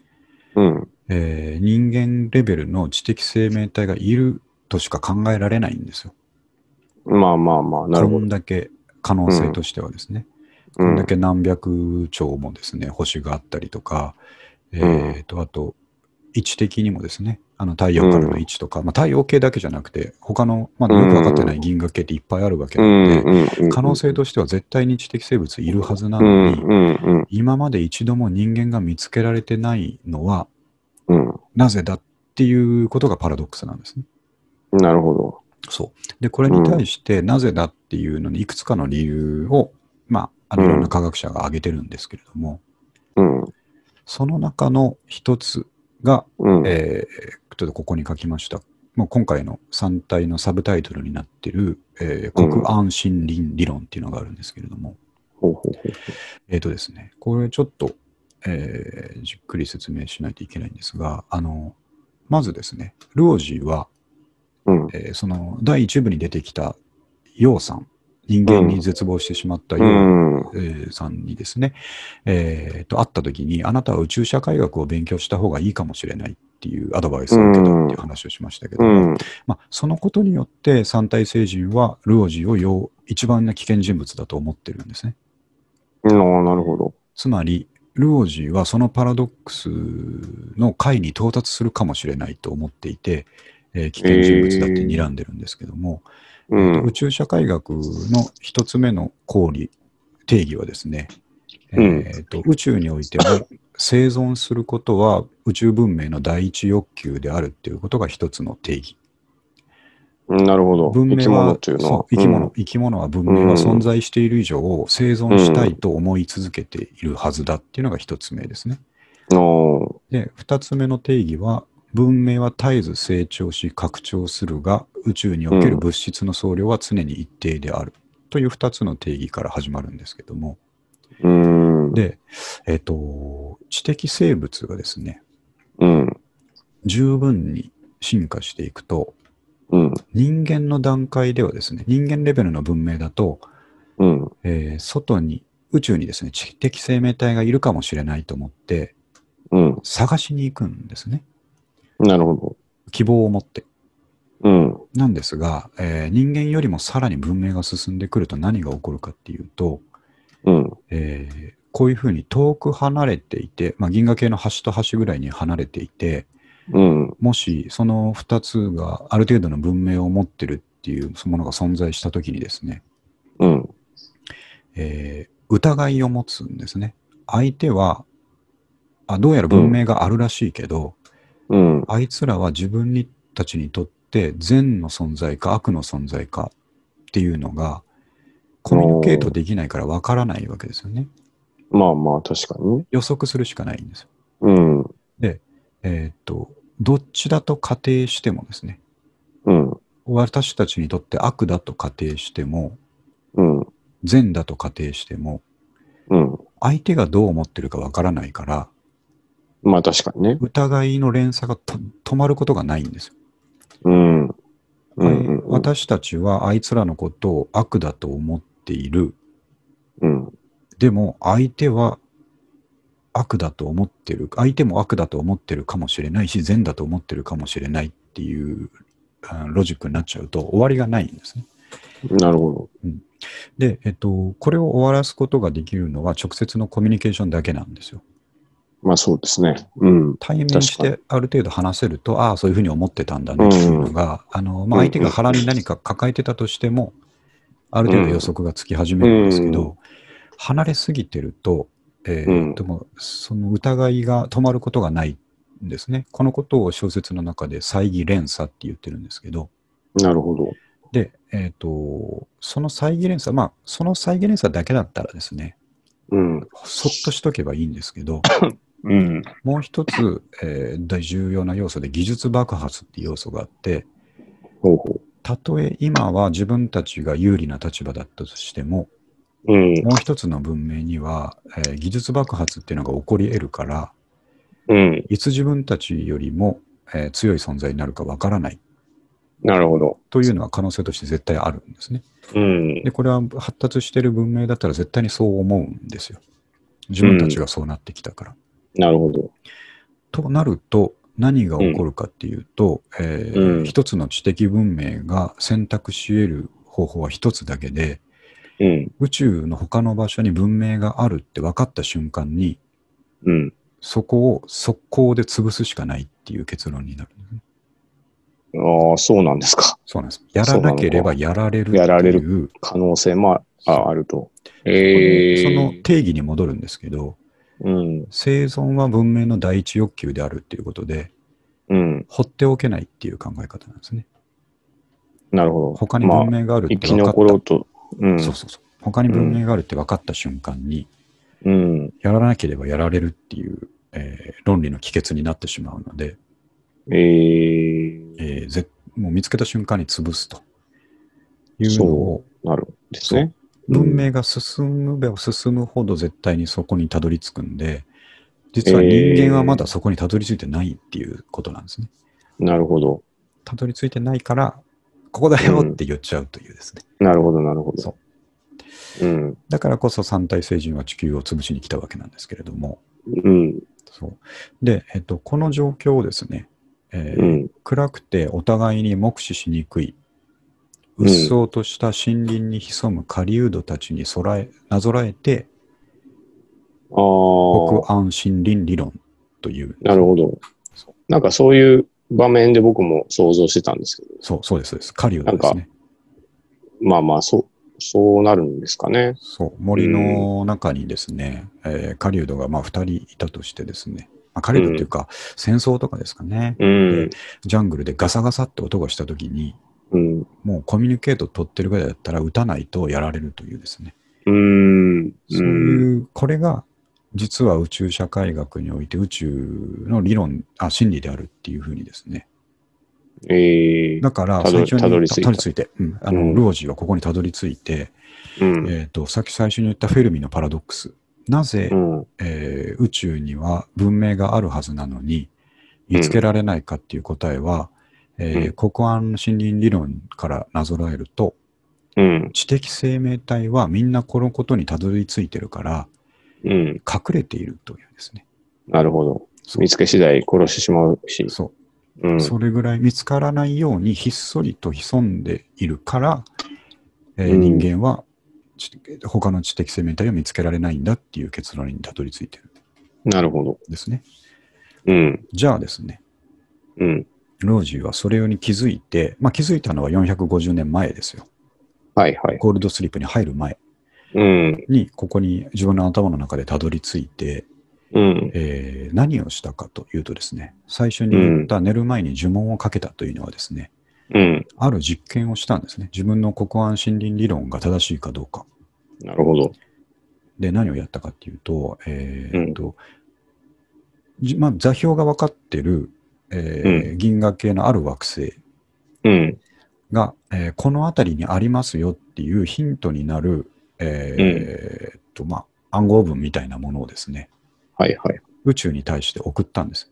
Speaker 2: うん。
Speaker 1: えー人間レベルの知的生命体がいるとしか考えられないんですよ。
Speaker 2: まあまあまあ、なる
Speaker 1: こ
Speaker 2: ほど
Speaker 1: ん。だけ可能性としてはですね、
Speaker 2: う
Speaker 1: こん
Speaker 2: ん
Speaker 1: だ。け何百兆もですね、星があったりとか、え
Speaker 2: ん
Speaker 1: ーと、あと、位置的にもですね、あの太陽からの位置とか、まあ、太陽系だけじゃなくて、他のまだよく分かってない銀河系っていっぱいあるわけ
Speaker 2: う
Speaker 1: なので、
Speaker 2: ん。うん。うん
Speaker 1: 可能性としては絶対に知的生物いるはずな
Speaker 2: う
Speaker 1: の
Speaker 2: ん。
Speaker 1: に、
Speaker 2: うん。うん。
Speaker 1: 今まで一度も人間が見つけられてないのは
Speaker 2: うん。
Speaker 1: なぜだっていうことがパラドックスなんですね。
Speaker 2: なるほど。
Speaker 1: そう。で、これに対してなぜだっていうのにいくつかの理由を、まあ、あの
Speaker 2: う
Speaker 1: い
Speaker 2: ん
Speaker 1: ろんな科学者が挙げてるんですけれども、
Speaker 2: うん。
Speaker 1: その中の一つが、
Speaker 2: うん。
Speaker 1: えーちょっとここに書きました。もう今回の3体のサブタイトルになってる、えー国安森林理論っていうのがあるんですけれども、
Speaker 2: ほうほうほう
Speaker 1: えっ、とですね、これちょっと、えーじっくり説明しないといけないんですが、あの、まずですね、ルオジーは、
Speaker 2: うん。
Speaker 1: えーその第一部に出てきたヨウさん、人間に絶望してしまったヨウ、
Speaker 2: うん。
Speaker 1: えーさんにですね、えーと会った時に、あなたは宇宙社会学を勉強した方がいいかもしれないっていうアドバイスを受けたっていう話をしましたけど
Speaker 2: う
Speaker 1: も、
Speaker 2: ん。
Speaker 1: まあ、そのことによって三体星人はルオジーをよう一番な危険人物だと思ってるんですね。
Speaker 2: うんなるほど。
Speaker 1: つまり、ルオジーはそのパラドックスの解に到達するかもしれないと思っていて、えー危険人物だって睨んでるんですけども、
Speaker 2: うん
Speaker 1: 宇。宙社会学の一つ目の公理、定義はですね、
Speaker 2: うん
Speaker 1: えーと宇宙においても生存することは宇宙文明の第一欲求であるっていうことが一つの定義。
Speaker 2: なるほど。
Speaker 1: 文
Speaker 2: 生き
Speaker 1: 明は
Speaker 2: 物というのは
Speaker 1: そ。う生き物、
Speaker 2: うん。
Speaker 1: 生き物は文明は存在している以上生存したいと思い続けているはずだっていうのが一つ目ですね。
Speaker 2: の
Speaker 1: で、二つ目の定義は、文明は絶えず成長し拡張するが、宇宙における物質の総量は常に一定である。という二つの定義から始まるんですけども。
Speaker 2: うん。
Speaker 1: で、えっ、と、知的生物がですね、
Speaker 2: うん。
Speaker 1: 十分に進化していくと、
Speaker 2: うん。
Speaker 1: 人間の段階ではですね、人間レベルの文明だと、
Speaker 2: うん。
Speaker 1: えー外に、宇宙にですね、知的生命体がいるかもしれないと思って、
Speaker 2: うん。
Speaker 1: 探しに行くんですね。
Speaker 2: なるほ
Speaker 1: 希望を持って。
Speaker 2: ど。うん。
Speaker 1: なんですが、えー人間よりもさらに文明が進んでくると何が起こるかっていうと、
Speaker 2: うん。
Speaker 1: えーこういうふうに遠く離れていて、まあ、銀河系の端と端ぐらいに離れていて、
Speaker 2: うん。
Speaker 1: もしその2つがある程度の文明を持ってるっていうものが存在したときにですね、
Speaker 2: うん。
Speaker 1: えー疑いを持つんですね。相手はあ、どうやら文明があるらしいけど、
Speaker 2: うん。
Speaker 1: あいつらは自分にたちにとって善の存在か悪の存在かっていうのがコミュニケートできないからわからないわけですよね。
Speaker 2: まあまあ、確かにね。
Speaker 1: 予測するしかないんですよ。
Speaker 2: うん。
Speaker 1: えーっと、どっちだと仮定してもですね、
Speaker 2: うん。
Speaker 1: 私たちにとって悪だと仮定しても、
Speaker 2: うん。
Speaker 1: 善だと仮定しても、
Speaker 2: うん。
Speaker 1: 相手がどう思ってるかわからないから、
Speaker 2: まあ、確かにね。
Speaker 1: 疑いの連鎖がと止まることがないんですよ。
Speaker 2: うん。うん。うん。
Speaker 1: 私たちはあいつらのことを悪だと思っている。
Speaker 2: うん。
Speaker 1: でも相手は悪だと思ってる。相手も悪だと思ってるかもしれないし、善だと思ってるかもしれないっていうあロジックになっちゃうと終わりがないんですね。
Speaker 2: なるほ
Speaker 1: で、えっと、これを終わらすことができるのは直接のコミュニケーションだけなんですよ。
Speaker 2: ど。まあ、そうですね。うん。
Speaker 1: 対面してある程度話せると、ああ、そういうふうに思ってたんだねっていうのが、あのまあ、
Speaker 2: うんう
Speaker 1: 相
Speaker 2: ん
Speaker 1: 手が腹に何か抱えてたとしても、ある程度予測がつき始めるんですけど、
Speaker 2: う
Speaker 1: 離れすぎてると、えー
Speaker 2: うん
Speaker 1: でもその疑いが止まることがないんですね。このことを小説の中で猜疑連鎖って言ってるんですけど、
Speaker 2: なるほど。
Speaker 1: で、えっとその猜疑連鎖、まあ、その猜疑連鎖だけだったらですね、
Speaker 2: うん。
Speaker 1: そっとしとけばいいんですけど、
Speaker 2: うん。
Speaker 1: もう一つ、えー大重要な要素で技術爆発っていう要素があって、
Speaker 2: ほうほ
Speaker 1: たとえ今は自分たちが有利な立場だったとしても、
Speaker 2: う。うん。
Speaker 1: もう一つの文明には、えー技術爆発っていうのが起こり得るから、
Speaker 2: うん。
Speaker 1: いつ自分たちよりも、えー強い存在になるかわからない
Speaker 2: なるほど。
Speaker 1: というのは可能性として絶対あるんですね。
Speaker 2: うん。
Speaker 1: で、これは発達してる文明だったら絶対にそう思うんですよ。自分たちがそうなってきたから。
Speaker 2: なるほど。
Speaker 1: となると何が起こるかっていうと、えー
Speaker 2: うん
Speaker 1: 一つの知的文明が選択し得る方法は一つだけで
Speaker 2: うん。
Speaker 1: 宇宙の他の場所に文明があるって分かった瞬間に
Speaker 2: うん。
Speaker 1: そこを速攻で潰すしかないっていう結論になるんですね、
Speaker 2: ああ、そうなんですか。
Speaker 1: そうなんです。やらなければやられるって
Speaker 2: やられ
Speaker 1: いう、
Speaker 2: 可能性もあああると。
Speaker 1: そ
Speaker 2: ええ
Speaker 1: の定義に戻るんですけど、
Speaker 2: うん。
Speaker 1: 生存は文明の第一欲求であるっていうことで、
Speaker 2: うん。
Speaker 1: 放っておけないっていう考え方なんですね。
Speaker 2: なるほど。
Speaker 1: 他に
Speaker 2: まあ
Speaker 1: 文明がある
Speaker 2: 生
Speaker 1: って
Speaker 2: き
Speaker 1: 分かった
Speaker 2: 残ろうと。うん。
Speaker 1: そうそうそう。他に文明があるって分かった瞬間に、
Speaker 2: うん。
Speaker 1: やらなければやられるっていう、えー論理の帰結になってしまうので、
Speaker 2: ええ
Speaker 1: えーぜもう見つけた瞬間に潰すというのを、
Speaker 2: なるんですね。
Speaker 1: 文明が進むべば進むほど絶対にそこにたどり着くんで、実は人間はまだそこにたどり着いてないっていうことなんですね。
Speaker 2: うんなるほど。
Speaker 1: たどり着いてないから、ここだよって言っちゃうというですね。
Speaker 2: なるほど、なるほ
Speaker 1: そ
Speaker 2: ど。うん。
Speaker 1: だからこそ三体星人は地球を潰しに来たわけなんですけれども、
Speaker 2: うん。
Speaker 1: そう。で、えっと、この状況をですね、えー
Speaker 2: うん。
Speaker 1: 暗くてお互いに目視しにくい、
Speaker 2: う
Speaker 1: うんっそうとした森林に潜む狩人たちにそらえなぞらえて、
Speaker 2: ああ。
Speaker 1: 北安森林理論という、
Speaker 2: なるほど
Speaker 1: そ。
Speaker 2: なんかそういう場面で僕も想像してたんですけど、
Speaker 1: そうそうです、そうです。狩人ですね。
Speaker 2: まあまあ、そう、そうなるんですかね。
Speaker 1: そう、森の中にですね、えー狩人がまあ2人いたとしてですね、まあ、狩人っていうか、戦争とかですかね、
Speaker 2: うん。
Speaker 1: ジャングルでガサガサって音がしたときに、
Speaker 2: うん。
Speaker 1: もうコミュニケート取ってるぐらいだったら撃たないとやられるというですね。
Speaker 2: うん。
Speaker 1: そういう、これが実は宇宙社会学において宇宙の理論、あ、真理であるっていうふうにですね。
Speaker 2: ええ
Speaker 1: だから
Speaker 2: たど
Speaker 1: 最
Speaker 2: り
Speaker 1: 初に
Speaker 2: たどり着いた
Speaker 1: 着いて、うん、あの、
Speaker 2: うん
Speaker 1: ルオージーはここにたどり着いて、
Speaker 2: うん。
Speaker 1: えっ、と、さっき最初に言ったフェルミのパラドックス。なぜ、
Speaker 2: うん。
Speaker 1: えー宇宙には文明があるはずなのに、見つけられないかっていう答えは、えー
Speaker 2: うん
Speaker 1: 国安森林理論からなぞらえると、
Speaker 2: うん。
Speaker 1: 知的生命体はみんなこのことにたどり着いてるから
Speaker 2: うん。
Speaker 1: 隠れているというですね。
Speaker 2: なるほど。
Speaker 1: そう
Speaker 2: 見つけ次第殺してしまうし。
Speaker 1: そう
Speaker 2: うん。
Speaker 1: それぐらい見つからないようにひっそりと潜んでいるから、えー
Speaker 2: うん
Speaker 1: 人間は知他の知的生命体を見つけられないんだっていう結論にたどり着いてるん
Speaker 2: なるほど。
Speaker 1: ですね。
Speaker 2: うん。
Speaker 1: じゃあですね、
Speaker 2: うん。
Speaker 1: ロージーはそれに気づいて、まあ、気づいたのは450年前ですよ。
Speaker 2: はいはい。
Speaker 1: ゴールドスリープに入る前
Speaker 2: うん。
Speaker 1: に、ここに自分の頭の中でたどり着いて、
Speaker 2: うん。
Speaker 1: えー何をしたかというとですね、最初に言った寝る前に呪文をかけたというのはですね、
Speaker 2: うん。
Speaker 1: ある実験をしたんですね。自分の国安森林理論が正しいかどうか。
Speaker 2: なるほど。
Speaker 1: で、何をやったかっていうと、えーっと、じまあ、座標が分かってる、えー銀河系のある惑星
Speaker 2: うん。
Speaker 1: が、えーこの辺りにありますよっていうヒントになる、えーえーっと、まあ、暗号文みたいなものをですね、
Speaker 2: はいはい。
Speaker 1: 宇宙に対して送ったんです。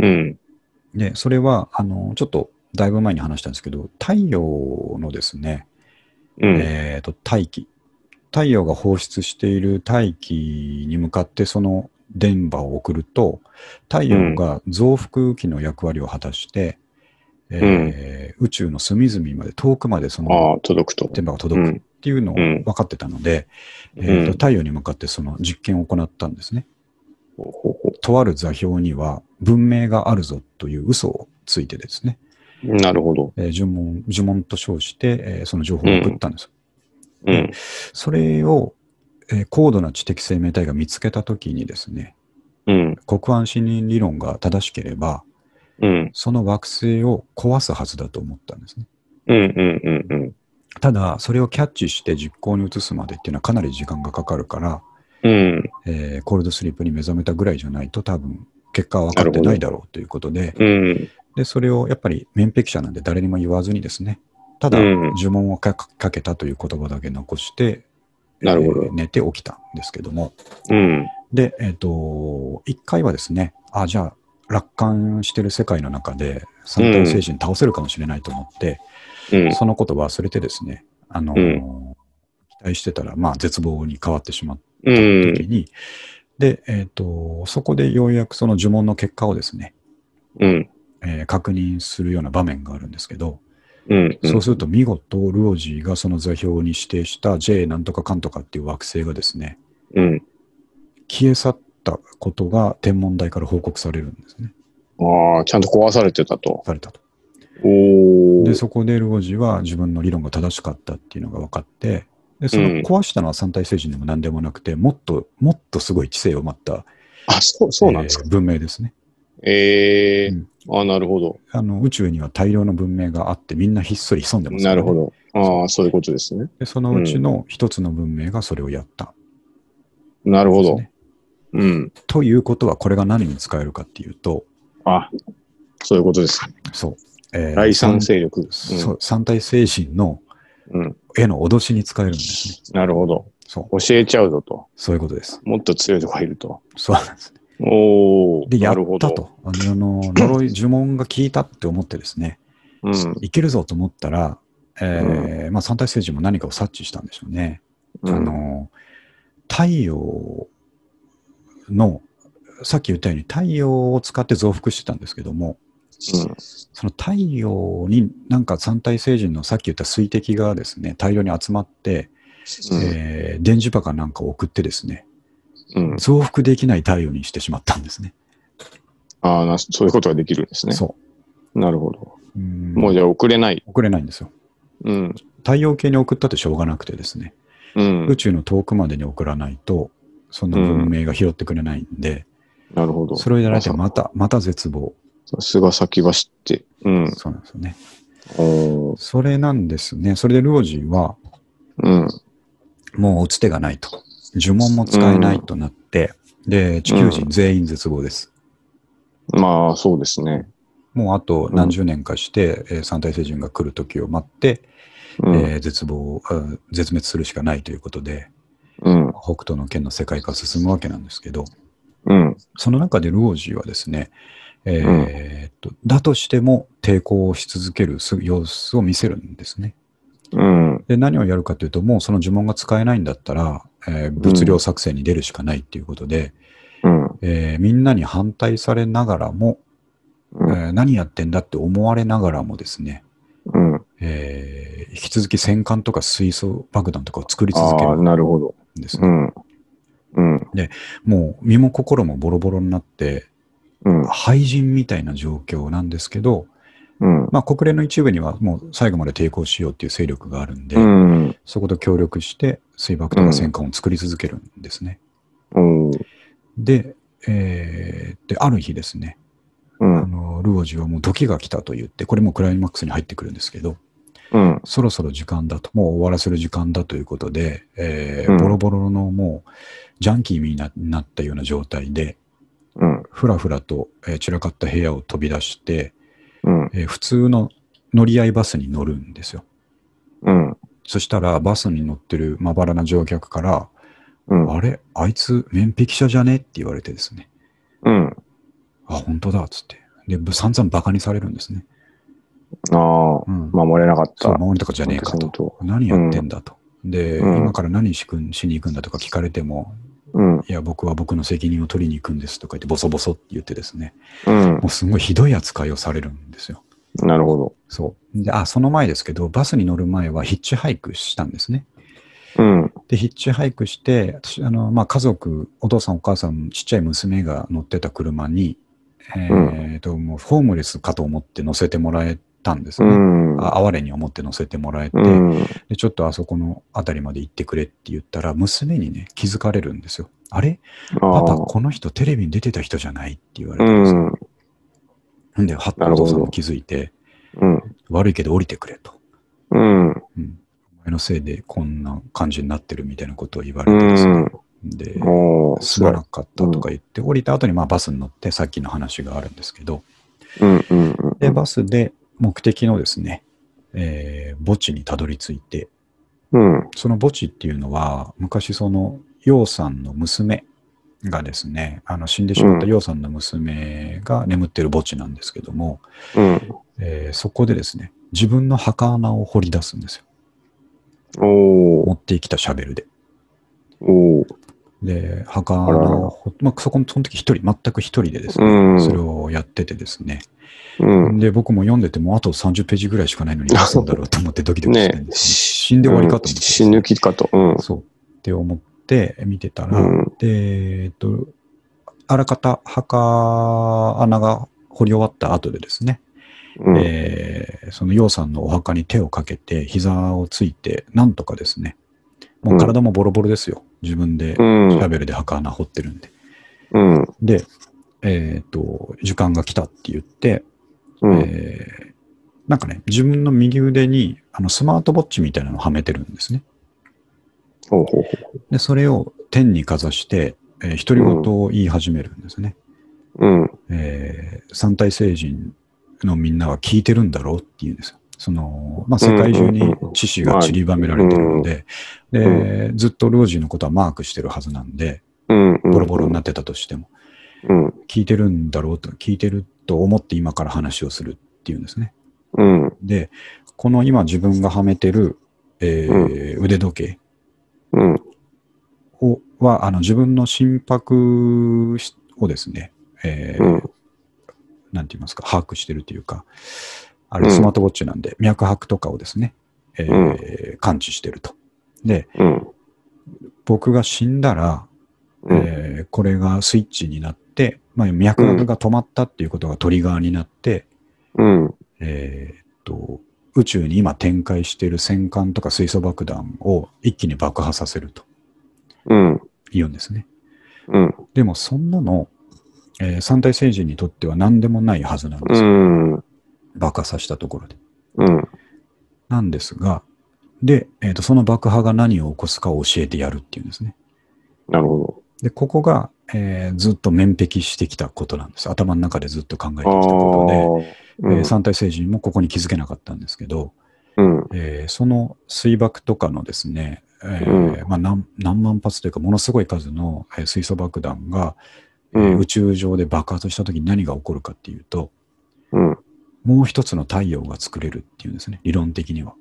Speaker 2: うん。
Speaker 1: で、それは、あの、ちょっと、だいぶ前に話したんですけど、太陽のですね、
Speaker 2: うん。
Speaker 1: えーと、大気。太陽が放出している大気に向かってその電波を送ると、太陽が増幅器の役割を果たして、えー宇宙の隅々まで、遠くまでその
Speaker 2: ああ、届くと。
Speaker 1: 電波が
Speaker 2: う
Speaker 1: 届くっ
Speaker 2: ん。
Speaker 1: ていうのを
Speaker 2: うん
Speaker 1: 分かってたので、
Speaker 2: うん
Speaker 1: えーと太陽に向かってその実験を行ったんですね。
Speaker 2: ほうほうほ
Speaker 1: とある座標には文明があるぞという嘘をついてですね、
Speaker 2: うなるほど。
Speaker 1: えー呪文呪文と称して、えーその情報を送ったんです。
Speaker 2: うん。
Speaker 1: それを、えー高度な知的生命体が見つけたときにですね、
Speaker 2: うん。
Speaker 1: 国安森林理論が正しければ、
Speaker 2: うん。
Speaker 1: その惑星を壊すはずだと思ったんですね。
Speaker 2: うん。うん。うん。うん。
Speaker 1: ただ、それをキャッチして実行に移すまでっていうのはかなり時間がかかるから、
Speaker 2: うん。
Speaker 1: えーコールドスリープに目覚めたぐらいじゃないと多分、結果は分かってないだろうということで、
Speaker 2: うん。
Speaker 1: で、それをやっぱり面壁者なんで誰にも言わずにですね、ただ、
Speaker 2: うん
Speaker 1: 呪文をかかけたという言葉だけ残して、
Speaker 2: なるほど
Speaker 1: えー寝て起きたんですけども、
Speaker 2: うん。
Speaker 1: で、えっ、と、一回はですね、あ、じゃあ、楽観してる世界の中で、三体精神倒せるかもしれないと思って、
Speaker 2: うん。
Speaker 1: そのこと忘れてですね、あのー期待してたら、まあ、絶望に変わってしまった
Speaker 2: う
Speaker 1: 時
Speaker 2: ん。
Speaker 1: に、で、えっ、と、そこでようやくその呪文の結果をですね、
Speaker 2: うん。
Speaker 1: えー確認するような場面があるんですけど、
Speaker 2: うん。
Speaker 1: そうすると見事、ルオジーがその座標に指定した J なんとかかんとかっていう惑星がですね、
Speaker 2: うん。
Speaker 1: 消え去ったことが天文台から報告されるんですね。
Speaker 2: ああ、ちゃんと壊されてたと。
Speaker 1: されたと。
Speaker 2: おお。
Speaker 1: で、そこでルオジーは自分の理論が正しかったっていうのが分かって、で、その
Speaker 2: うん
Speaker 1: 壊したのは三体星人でも何でもなくて、もっと、もっとすごい知性を持った、
Speaker 2: あ、そう、そうなんです
Speaker 1: え
Speaker 2: か。
Speaker 1: ー文明ですね。
Speaker 2: ええ
Speaker 1: う
Speaker 2: ああ、なるほど。
Speaker 1: あの、宇宙には大量の文明があって、みんなひっそり潜んでますか
Speaker 2: な
Speaker 1: らね、
Speaker 2: るほど。ああ、そういうことですね。
Speaker 1: で、そのうちの一つの文明がそれをやった、
Speaker 2: なるほど
Speaker 1: です。ね
Speaker 2: うん。
Speaker 1: ということは、これが何に使えるかっていうと、
Speaker 2: あそういうことです。
Speaker 1: そう。えー
Speaker 2: 第三勢力。
Speaker 1: 三そう三体星人の
Speaker 2: うん。うん。
Speaker 1: への脅しに使えるんですね。
Speaker 2: なるほど。
Speaker 1: そう。
Speaker 2: 教えちゃうぞと。
Speaker 1: そういうことです。
Speaker 2: もっと強いとこがいると。
Speaker 1: そうなんです。
Speaker 2: おお。
Speaker 1: で、や
Speaker 2: な
Speaker 1: っ
Speaker 2: るほ
Speaker 1: た
Speaker 2: ど。
Speaker 1: と。あの、呪い、呪文が効いたって思ってですね、
Speaker 2: うん。
Speaker 1: いけるぞと思ったら、えーまあ、三体星人も何かを察知したんでしょうね。
Speaker 2: うん
Speaker 1: あの、太陽の、さっき言ったように太陽を使って増幅してたんですけども、
Speaker 2: うん。
Speaker 1: その太陽になんか三体星人のさっき言った水滴がですね、大量に集まって、
Speaker 2: うん
Speaker 1: えー電磁波かなんかを送ってですね、
Speaker 2: うん。
Speaker 1: 増幅できない太陽にしてしまったんですね。
Speaker 2: ああな、そういうことができるんですね。
Speaker 1: そ
Speaker 2: なるほど。
Speaker 1: う。うん
Speaker 2: もうじゃあ送れない。
Speaker 1: 送れないんですよ。
Speaker 2: うん。
Speaker 1: 太陽系に送ったってしょうがなくてですね、
Speaker 2: うん
Speaker 1: 宇。宙の遠くまでに送らないと、その文明が拾ってくれないんで、
Speaker 2: なるほど。
Speaker 1: それをやられて
Speaker 2: あ
Speaker 1: また、また絶望。
Speaker 2: さすが先走って。うん。
Speaker 1: そうなんですよね。
Speaker 2: おー
Speaker 1: それなんですね。それでルオジーは、
Speaker 2: うん。
Speaker 1: もう打つ手がないと。呪文も使えないとなって、で、地球人全員絶望です。
Speaker 2: まあ、そうですね。
Speaker 1: もうあと何十年かして、えー三体星人が来る時を待って、
Speaker 2: うん。
Speaker 1: えー絶望、うん絶滅するしかないということで、
Speaker 2: うん。
Speaker 1: 北斗の剣の世界化進むわけなんですけど、
Speaker 2: うん。
Speaker 1: その中でルオージーはですね、えーっとだとしても抵抗をし続けるす様子を見せるんですね。
Speaker 2: うん。
Speaker 1: で、何をやるかというと、もうその呪文が使えないんだったら、えー物量作戦に出るしかないっていうことで、
Speaker 2: うん。
Speaker 1: えーみんなに反対されながらも、
Speaker 2: うん
Speaker 1: えー何やってんだって思われながらもですね、
Speaker 2: うん。
Speaker 1: えー引き続き戦艦とか水素爆弾とかを作り続け
Speaker 2: ああ、
Speaker 1: るん
Speaker 2: なるほど。
Speaker 1: です
Speaker 2: う
Speaker 1: ね。
Speaker 2: ん。うん。
Speaker 1: もう身も心もボロボロになって、
Speaker 2: うん。
Speaker 1: 廃人みたいな状況なんですけど、
Speaker 2: うん。
Speaker 1: まあ、国連の一部にはもう最後まで抵抗しようっていう勢力があるんで、
Speaker 2: うん。
Speaker 1: そこと協力して水爆とか戦艦を作り続けるんですね。
Speaker 2: うん。
Speaker 1: で、えーである日ですね、
Speaker 2: う
Speaker 1: あ
Speaker 2: ん。
Speaker 1: のルオージュはもう時が来たと言って、これもうクライマックスに入ってくるんですけど、
Speaker 2: うん。
Speaker 1: そろそろ時間だと、もう終わらせる時間だということで、えー
Speaker 2: うん
Speaker 1: ボロボロのもうジャンキーにななったような状態で、
Speaker 2: うん。
Speaker 1: ふらふらと、えー散らかった部屋を飛び出して、
Speaker 2: うん。
Speaker 1: えー普通の乗り合いバスに乗るんですよ。
Speaker 2: うん。
Speaker 1: そしたらバスに乗ってるまばらな乗客から、
Speaker 2: うん。
Speaker 1: あれあいつ面壁者じゃねって言われてですね。
Speaker 2: うん。
Speaker 1: あ、本当だっつって。で、ぶ散々バカにされるんですね。
Speaker 2: ああ、
Speaker 1: うん。
Speaker 2: 守れなかっ
Speaker 1: そう、
Speaker 2: た。
Speaker 1: 守りとかじゃねえか
Speaker 2: 本当
Speaker 1: と。何やってんだと。で、
Speaker 2: うん
Speaker 1: 今から何しくんしに行くんだとか聞かれても、
Speaker 2: うん。
Speaker 1: いや、僕は僕の責任を取りに行くんですとか言って、ボソボソって言ってですね、
Speaker 2: うん
Speaker 1: も。うすごいひどい扱いをされるんですよ。
Speaker 2: なるほ
Speaker 1: そう。で、あ、その前ですけど、バスに乗る前はヒッチハイクしたんですね。
Speaker 2: ど。うん。
Speaker 1: で、ヒッチハイクして、私あのまあ、家族、お父さん、お母さん、ちっちゃい娘が乗ってた車に、えーと、もうホームレスかと思って乗せてもらえたんです
Speaker 2: う
Speaker 1: ね。
Speaker 2: ん。
Speaker 1: あ哀れに思って乗せてもらえて、
Speaker 2: うん。
Speaker 1: で、ちょっとあそこの辺りまで行ってくれって言ったら、娘にね、気づかれるんですよ。あれパ
Speaker 2: あ
Speaker 1: パ、
Speaker 2: あ。
Speaker 1: この人テレビに出てた人じゃないって言われ
Speaker 2: う
Speaker 1: たんですよ。
Speaker 2: ん。
Speaker 1: で、はっと
Speaker 2: な
Speaker 1: お
Speaker 2: るほど
Speaker 1: 父さんも気づいて、
Speaker 2: うん。
Speaker 1: 悪いけど降りてくれと。
Speaker 2: うん。
Speaker 1: うん、お前のせいでこんな感じになってるみたいなことを言わ
Speaker 2: う
Speaker 1: れてですね。
Speaker 2: ん。
Speaker 1: で、
Speaker 2: おお、す
Speaker 1: す
Speaker 2: ご
Speaker 1: ま
Speaker 2: い
Speaker 1: な。かったとか言って、降りた後にまあバスに乗って、さっきの話があるんですけど、
Speaker 2: うん。うん。うん
Speaker 1: で、バスで目的のですね、えー墓地にたどり着いて、
Speaker 2: うん。
Speaker 1: その墓地っていうのは、昔その、楊さんの娘がですね、あの死んでしまった
Speaker 2: うん
Speaker 1: 楊さんの娘が眠ってる墓地なんですけども、
Speaker 2: うん。
Speaker 1: えーそこでですね、自分の墓穴を掘り出すんですよ。
Speaker 2: お
Speaker 1: 持
Speaker 2: お。
Speaker 1: ってきたシャベルで。
Speaker 2: おお。
Speaker 1: で、墓穴
Speaker 2: あららら
Speaker 1: を掘まあ、そこの、その時一人、全く一人でです
Speaker 2: う
Speaker 1: ね、
Speaker 2: ん。
Speaker 1: それをやっててですね、
Speaker 2: うん。
Speaker 1: で、僕も読んでて、もうあと30ページぐらいしかないのに、どうするんだろうと思ってドキドキしてる
Speaker 2: ね
Speaker 1: んです、ね死んで終わりかと思って。
Speaker 2: 死ぬ気かと。うん。
Speaker 1: そう。って思って見てたら、
Speaker 2: うん。
Speaker 1: で、えっと、あらかた墓穴が掘り終わった後でですね、
Speaker 2: うん。
Speaker 1: えーその楊さんのお墓に手をかけて、膝をついて、なんとかですね、もう体もボロボロですよ。自分で、
Speaker 2: う
Speaker 1: シ
Speaker 2: ん
Speaker 1: ャ。ベルで墓穴掘ってるんで。
Speaker 2: うん。
Speaker 1: で、えっと、時間が来たって言って、
Speaker 2: うん。
Speaker 1: えーなんかね、自分の右腕にあのスマートウォッチみたいなのをはめてるんですね。
Speaker 2: ほうほう
Speaker 1: で、それを天にかざして、えー独り言を言い始めるんですね。
Speaker 2: ほう。うん。
Speaker 1: えー三体星人のみんなは聞いてるんだろうって言うんですよ。その、まあ、世界中に知識が散りばめられてるので、
Speaker 2: んうん
Speaker 1: で、ずっと老人のことはマークしてるはずなんで、
Speaker 2: うん。
Speaker 1: ボロボロになってたとしても、
Speaker 2: うん。
Speaker 1: 聞いてるんだろうと、聞いてると思って今から話をするっていうんですね。
Speaker 2: うん。
Speaker 1: で、この今自分がはめてる、えー腕時計
Speaker 2: うん。
Speaker 1: をはあの自分の心拍しをですね、えー
Speaker 2: うん。
Speaker 1: なんて言いますか、把握してるというか、あれ
Speaker 2: うん
Speaker 1: スマートウォッチなんで、脈拍とかをですね、えー感知してると。で、
Speaker 2: うん。
Speaker 1: 僕が死んだら、
Speaker 2: うん。
Speaker 1: えーこれがスイッチになって、まあ、脈拍が止まったっていうことがトリガーになって、
Speaker 2: うん。
Speaker 1: えーっと、宇宙に今展開している戦艦とか水素爆弾を一気に爆破させると
Speaker 2: うん。
Speaker 1: 言うんですね。
Speaker 2: うん。
Speaker 1: でもそんなの、えー三体星人にとっては何でもないはずなんで
Speaker 2: う
Speaker 1: すよ。
Speaker 2: ん。
Speaker 1: 爆破させたところで。
Speaker 2: うん。
Speaker 1: なんですが、で、えーと、その爆破が何を起こすかを教えてやるっていうんですね。
Speaker 2: なるほ
Speaker 1: で、ここが、えーずっと面壁してきたことなんです。頭の中でずっと考えてきた
Speaker 2: ど。
Speaker 1: こと
Speaker 2: あ
Speaker 1: で、えー
Speaker 2: あ。
Speaker 1: 三体星人もここに気づけなかったんですけど、
Speaker 2: うん。
Speaker 1: えーその水爆とかのですね、えー
Speaker 2: う
Speaker 1: まあ、何何万発というか、ものすごい数の、えー水素爆弾が、え
Speaker 2: う
Speaker 1: ー
Speaker 2: ん
Speaker 1: 宇宙上で爆発したときに何が起こるかっていうと、
Speaker 2: うん。
Speaker 1: もう一つの太陽が作れるっていうんですね、理論的には。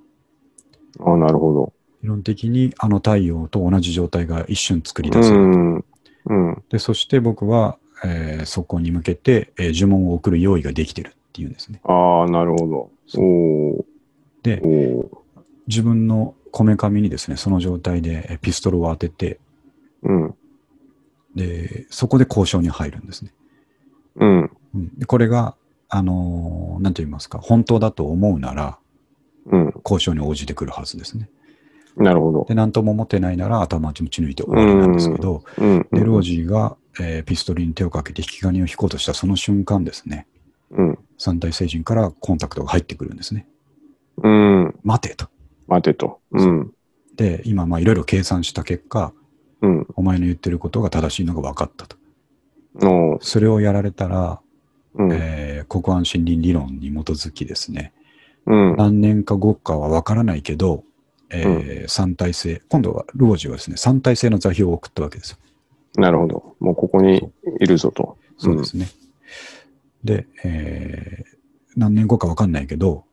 Speaker 2: ああ、なるほど。
Speaker 1: 理論的にあの太陽と同じ状態が一瞬作り
Speaker 2: う
Speaker 1: 出せる。
Speaker 2: ん。うん。
Speaker 1: でそして僕は、えーそこに向けて、えー呪文を送る用意ができてるっていうんですね。
Speaker 2: ああ、なるほど。
Speaker 1: そう
Speaker 2: お
Speaker 1: で
Speaker 2: ー、お
Speaker 1: 自分のこめかみにですね、その状態でえーピストルを当てて、
Speaker 2: ーうん、
Speaker 1: で、そこで交渉に入るんですね。
Speaker 2: うん、
Speaker 1: うん、でこれが、あのーなんと言いますか、本当だと思うなら、
Speaker 2: うん。
Speaker 1: 交渉に応じてくるはずですね。
Speaker 2: なるほど。
Speaker 1: で、何とも思ってないなら頭打ち抜いて終わりなんですけど、
Speaker 2: うん、う
Speaker 1: で、ロー
Speaker 2: ん、
Speaker 1: ジーが、えーピストルに手をかけて引き金を引こうとしたその瞬間ですね、
Speaker 2: うん、
Speaker 1: 三大星人からコンタクトが入ってくるんですね。
Speaker 2: うん、
Speaker 1: 待てと。
Speaker 2: 待てと。うん、
Speaker 1: で、今、まあ、いろいろ計算した結果、
Speaker 2: うん、
Speaker 1: お前の言ってることが正しいのが分かったと。
Speaker 2: おー
Speaker 1: それをやられたら、
Speaker 2: うん、
Speaker 1: えー国安森林理論に基づきですね、
Speaker 2: うん、
Speaker 1: 何年か後かは分からないけど、えー三体制、今度はロージーはですね、三体制の座標を送ったわけですよ。
Speaker 2: なるほど。もうここにいるぞと。
Speaker 1: そうですね。で、えー何年後か分かんないけど、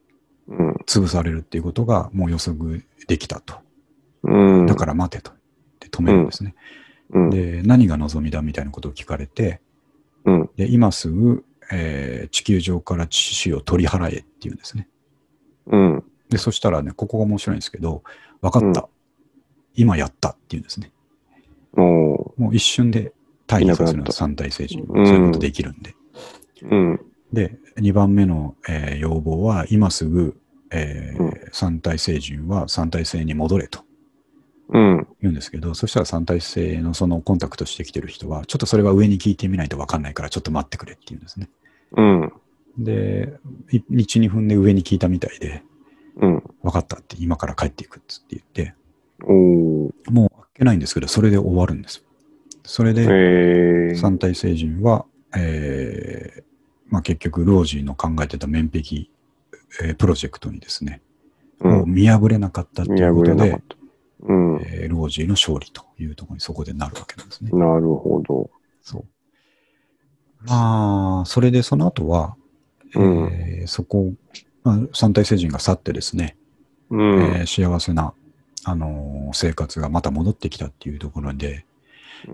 Speaker 2: うん、
Speaker 1: 潰されるっていうことがもう予測できたと。
Speaker 2: うん、
Speaker 1: だから待てと。で止めるんですね。
Speaker 2: うん、
Speaker 1: で、何が望みだみたいなことを聞かれて、
Speaker 2: うん、
Speaker 1: で今すぐ、えー地球上から父子を取り払えっていうんですね。
Speaker 2: うん、
Speaker 1: で、そしたらね、ここが面白いんですけど、分かった。今やったっていうんですね。
Speaker 2: おー
Speaker 1: もう一瞬で退避させる
Speaker 2: いなくなっ
Speaker 1: の
Speaker 2: た
Speaker 1: 三大成人。そううんいうことできるんで。
Speaker 2: うん、
Speaker 1: で、2番目の、えー要望は、今すぐ、えー
Speaker 2: うん
Speaker 1: 三体星人は三体星に戻れと
Speaker 2: うん、
Speaker 1: 言うんですけど、そしたら三体星のそのコンタクトしてきてる人は、ちょっとそれは上に聞いてみないと分かんないから、ちょっと待ってくれっていうんですね。
Speaker 2: うん、
Speaker 1: で、い1、2分で上に聞いたみたいで、
Speaker 2: うん、
Speaker 1: 分かったって今から帰っていくっつって言って、
Speaker 2: おー
Speaker 1: もう開けないんですけど、それで終わるんです。それで
Speaker 2: えー、
Speaker 1: 三体星人は、えーまあ、結局、ロージーの考えてた面壁、えープロジェクトにですね、
Speaker 2: う、
Speaker 1: もうん見破れなかったと
Speaker 2: 見
Speaker 1: いうこ
Speaker 2: 破れ
Speaker 1: と
Speaker 2: なか
Speaker 1: で
Speaker 2: っ、た。うん、な
Speaker 1: えーロージーの勝利というところにそこでなるわけなんですね。
Speaker 2: るほど。
Speaker 1: そう。まあ、それでその後は、えーそこ、まあ、三体星人が去ってですね、
Speaker 2: うん、
Speaker 1: えー幸せな、あのー生活がまた戻ってきたっていうところで、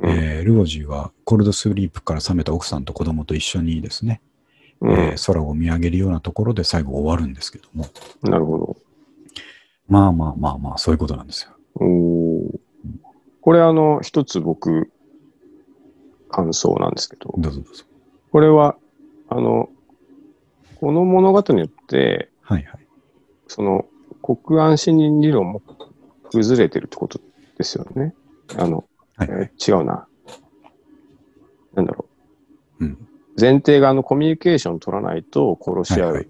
Speaker 1: えールオジーはコールドスリープから覚めた奥さんと子供と一緒にですね、
Speaker 2: うん、
Speaker 1: えー空を見上げるようなところで最後終わるんですけども、
Speaker 2: なるほど。
Speaker 1: まあまあまあまあ、そういうことなんですよ。
Speaker 2: おーこれあの、一つ僕、感想なんですけど、
Speaker 1: どうぞどうぞ。
Speaker 2: これは、あの、この物語によって、
Speaker 1: はいはい。
Speaker 2: その、国安信任理論も崩れてるってことですよね。あの、
Speaker 1: はい
Speaker 2: え
Speaker 1: はい。
Speaker 2: ー違うな。なんだろ
Speaker 1: うん。
Speaker 2: う。前提があの、コミュニケーション取らないと殺し合う。
Speaker 1: はいはい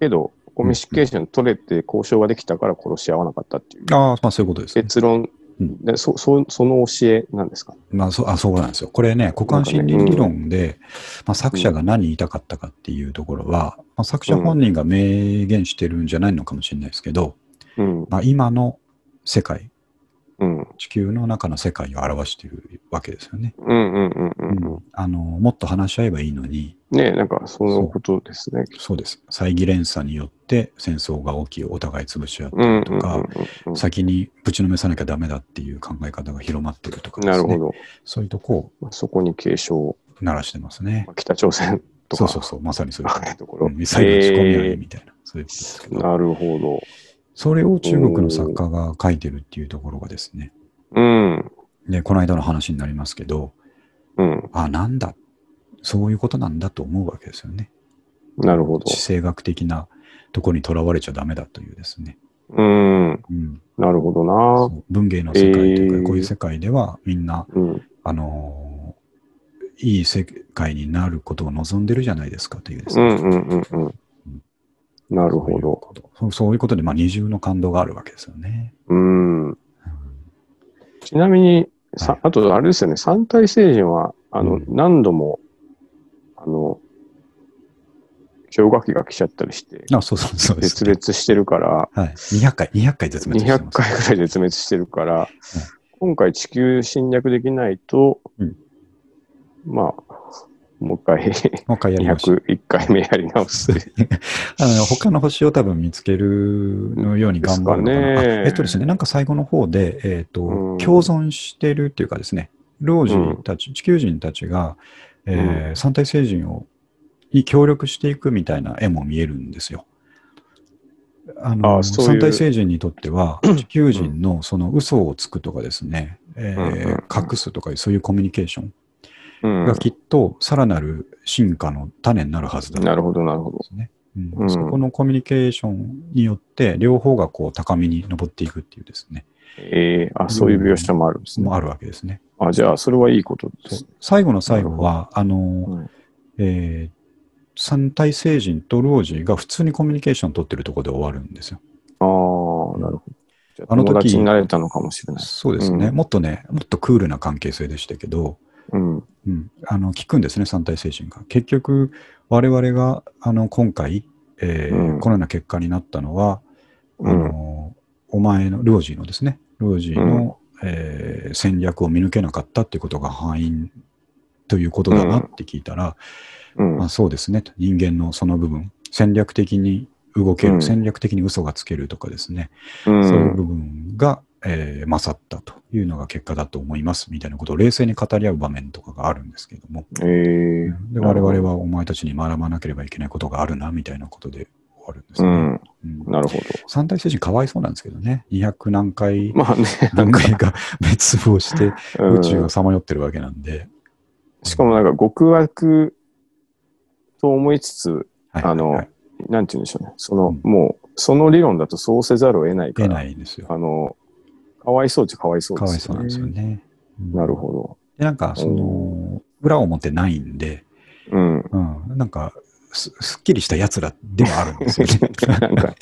Speaker 2: けど、コミュニケーション取れて交渉ができたから殺し合わなかったっていう
Speaker 1: ああ、まあそういうことですね。
Speaker 2: 結論、
Speaker 1: うん
Speaker 2: でそそその教えなんですか
Speaker 1: まあ、そう、あ、そうなんですよ。これね、股間心理理論で、まあ、作者が何言いたかったかっていうところは、まあ、作者本人が明言してるんじゃないのかもしれないですけど、
Speaker 2: うん、
Speaker 1: まあ、今の世界、
Speaker 2: うん、
Speaker 1: 地球の中の世界を表してるわけですよね。
Speaker 2: うん、うん、うん、うんうん。
Speaker 1: あの、もっと話し合えばいいのに、
Speaker 2: ねえなんか、そのことですね。
Speaker 1: そうです。猜疑連鎖によって戦争が起き、お互い潰し合っ
Speaker 2: う
Speaker 1: たり
Speaker 2: ん、うんう
Speaker 1: と
Speaker 2: ん
Speaker 1: か、
Speaker 2: うんうん
Speaker 1: 先にぶちのめさなきゃダメだっていう考え方が広まってるとかです
Speaker 2: な
Speaker 1: ね。
Speaker 2: るほど。
Speaker 1: そういうとこを
Speaker 2: まあそこに警鐘を、
Speaker 1: 鳴らしてますね
Speaker 2: ま。あ北朝鮮と
Speaker 1: そ
Speaker 2: か、
Speaker 1: うそうそう、まさに そういうこと
Speaker 2: ああいうとこ
Speaker 1: う
Speaker 2: ろ。
Speaker 1: ん ミサイル打ち込みはいい
Speaker 2: え
Speaker 1: みたいな、そういうことですけ
Speaker 2: ー
Speaker 1: ど、
Speaker 2: なるほど。
Speaker 1: それを中国の作家が書いてるっていうところがですね、
Speaker 2: うん、
Speaker 1: で、この間の話になりますけど、
Speaker 2: うん、
Speaker 1: あ、なんだ、そういうことなんだと思うわけですよね。
Speaker 2: なるほど
Speaker 1: 地。政学的なところにとらわれちゃダメだというですね、
Speaker 2: うん、
Speaker 1: うん、
Speaker 2: なるほど
Speaker 1: そ
Speaker 2: な。
Speaker 1: う文芸の世界という
Speaker 2: え
Speaker 1: か、
Speaker 2: ー
Speaker 1: こういう世界ではみんな、
Speaker 2: うん、
Speaker 1: あのーいい世界になることを望んでるじゃないですかというです
Speaker 2: う
Speaker 1: ね。
Speaker 2: ん、うん、うん、うん。なるほど。
Speaker 1: そういうことそうそういうことで、まあ、二重の感動があるわけですよね。
Speaker 2: うん。ちなみに、
Speaker 1: は
Speaker 2: さ
Speaker 1: い
Speaker 2: あと、あれですよね、三体星人は、あ
Speaker 1: う
Speaker 2: の、
Speaker 1: ん
Speaker 2: 何度も、あの、氷河期が来ちゃったりして、
Speaker 1: あ、そうそうそうです
Speaker 2: 絶。滅してるから、
Speaker 1: はい。200回、200回絶滅して
Speaker 2: 200
Speaker 1: ます。
Speaker 2: 回ぐらい絶滅してるから、今回地球侵略できないと、
Speaker 1: うん
Speaker 2: まあ、もう一回、
Speaker 1: もう一回やりましょう。
Speaker 2: 201回目やり直 す。
Speaker 1: あの他の星を多分見つけるのように頑張るのかな。
Speaker 2: ですかね
Speaker 1: あえっとですね、なんか最後の方で、えっ、と、
Speaker 2: うん
Speaker 1: 共存してるっていうかですね、老人たち、地球人たちが、えー三体星人をに協力していくみたいな絵も見えるんですよ。あの
Speaker 2: あそういう
Speaker 1: 三体星人にとって は、地球人のその嘘をつくとかですね、えー
Speaker 2: うんうん
Speaker 1: 隠すとか、そういうコミュニケーション
Speaker 2: うん
Speaker 1: がきっとさらなる進化の種になるはずだ
Speaker 2: なるほど、なるほど
Speaker 1: で。すね。うん
Speaker 2: うん
Speaker 1: そこのコミュニケーションによって、両方がこう高みに上っていくっていうですね、
Speaker 2: ええあ、そういう描写もあるんですね。
Speaker 1: もあるわけですね。
Speaker 2: あ、じゃあ、それはいいことです。
Speaker 1: 最後の最後は、あの、
Speaker 2: うん
Speaker 1: えー三体星人と老人が普通にコミュニケーション取ってるところで終わるんですよ。
Speaker 2: ああ、なるほど。じゃあ
Speaker 1: あの時
Speaker 2: 友達になれたのかもしれない。
Speaker 1: そうですね、
Speaker 2: うん
Speaker 1: もっとね、もっとクールな関係性でしたけど、
Speaker 2: うん。
Speaker 1: うん、あの聞くんですね、三体星人が。結局、我々があの今回、えー
Speaker 2: うん
Speaker 1: このような結果になったのは、
Speaker 2: う
Speaker 1: あ
Speaker 2: ん。
Speaker 1: のお前の、老人のですね、老人の、えー戦略を見抜けなかったってことが敗因ということだなって聞いたら、
Speaker 2: うん
Speaker 1: まあ、そうですねと人間のその部分戦略的に動ける、
Speaker 2: うん
Speaker 1: 戦略的に嘘がつけるとかですね、
Speaker 2: う。
Speaker 1: そういうん部分が、えー勝ったというのが結果だと思いますみたいなことを冷静に語り合う場面とかがあるんですけども、
Speaker 2: ええ
Speaker 1: で
Speaker 2: な
Speaker 1: 我
Speaker 2: るほど
Speaker 1: 々はお前たちに学ばなければいけないことがあるなみたいなことで終わるんです
Speaker 2: う
Speaker 1: ね、
Speaker 2: ん。
Speaker 1: うん
Speaker 2: なるほど。
Speaker 1: 三体星人かわいそうなんですけどね200何回
Speaker 2: まあね、な
Speaker 1: 何
Speaker 2: んか、
Speaker 1: 回 か滅亡して
Speaker 2: うん
Speaker 1: 宇宙がさまよってるわけなんで、
Speaker 2: しかもなんか、極悪と思いつつ、
Speaker 1: はい
Speaker 2: あの
Speaker 1: はい
Speaker 2: なんて言うんでしょうね。その、
Speaker 1: うん
Speaker 2: もう、その理論だとそうせざるを得ないか
Speaker 1: 出
Speaker 2: ら。
Speaker 1: ないんですよ
Speaker 2: あの、かわいそうっちゃかわいそう
Speaker 1: か
Speaker 2: ですよ
Speaker 1: わ
Speaker 2: ね。
Speaker 1: いそうなんですよね、うん
Speaker 2: なるほ
Speaker 1: で、なんか、その、裏表ないんで、
Speaker 2: ど。うん。。
Speaker 1: うん、なんかす、すっきりした奴らではあるんですよね
Speaker 2: なんか、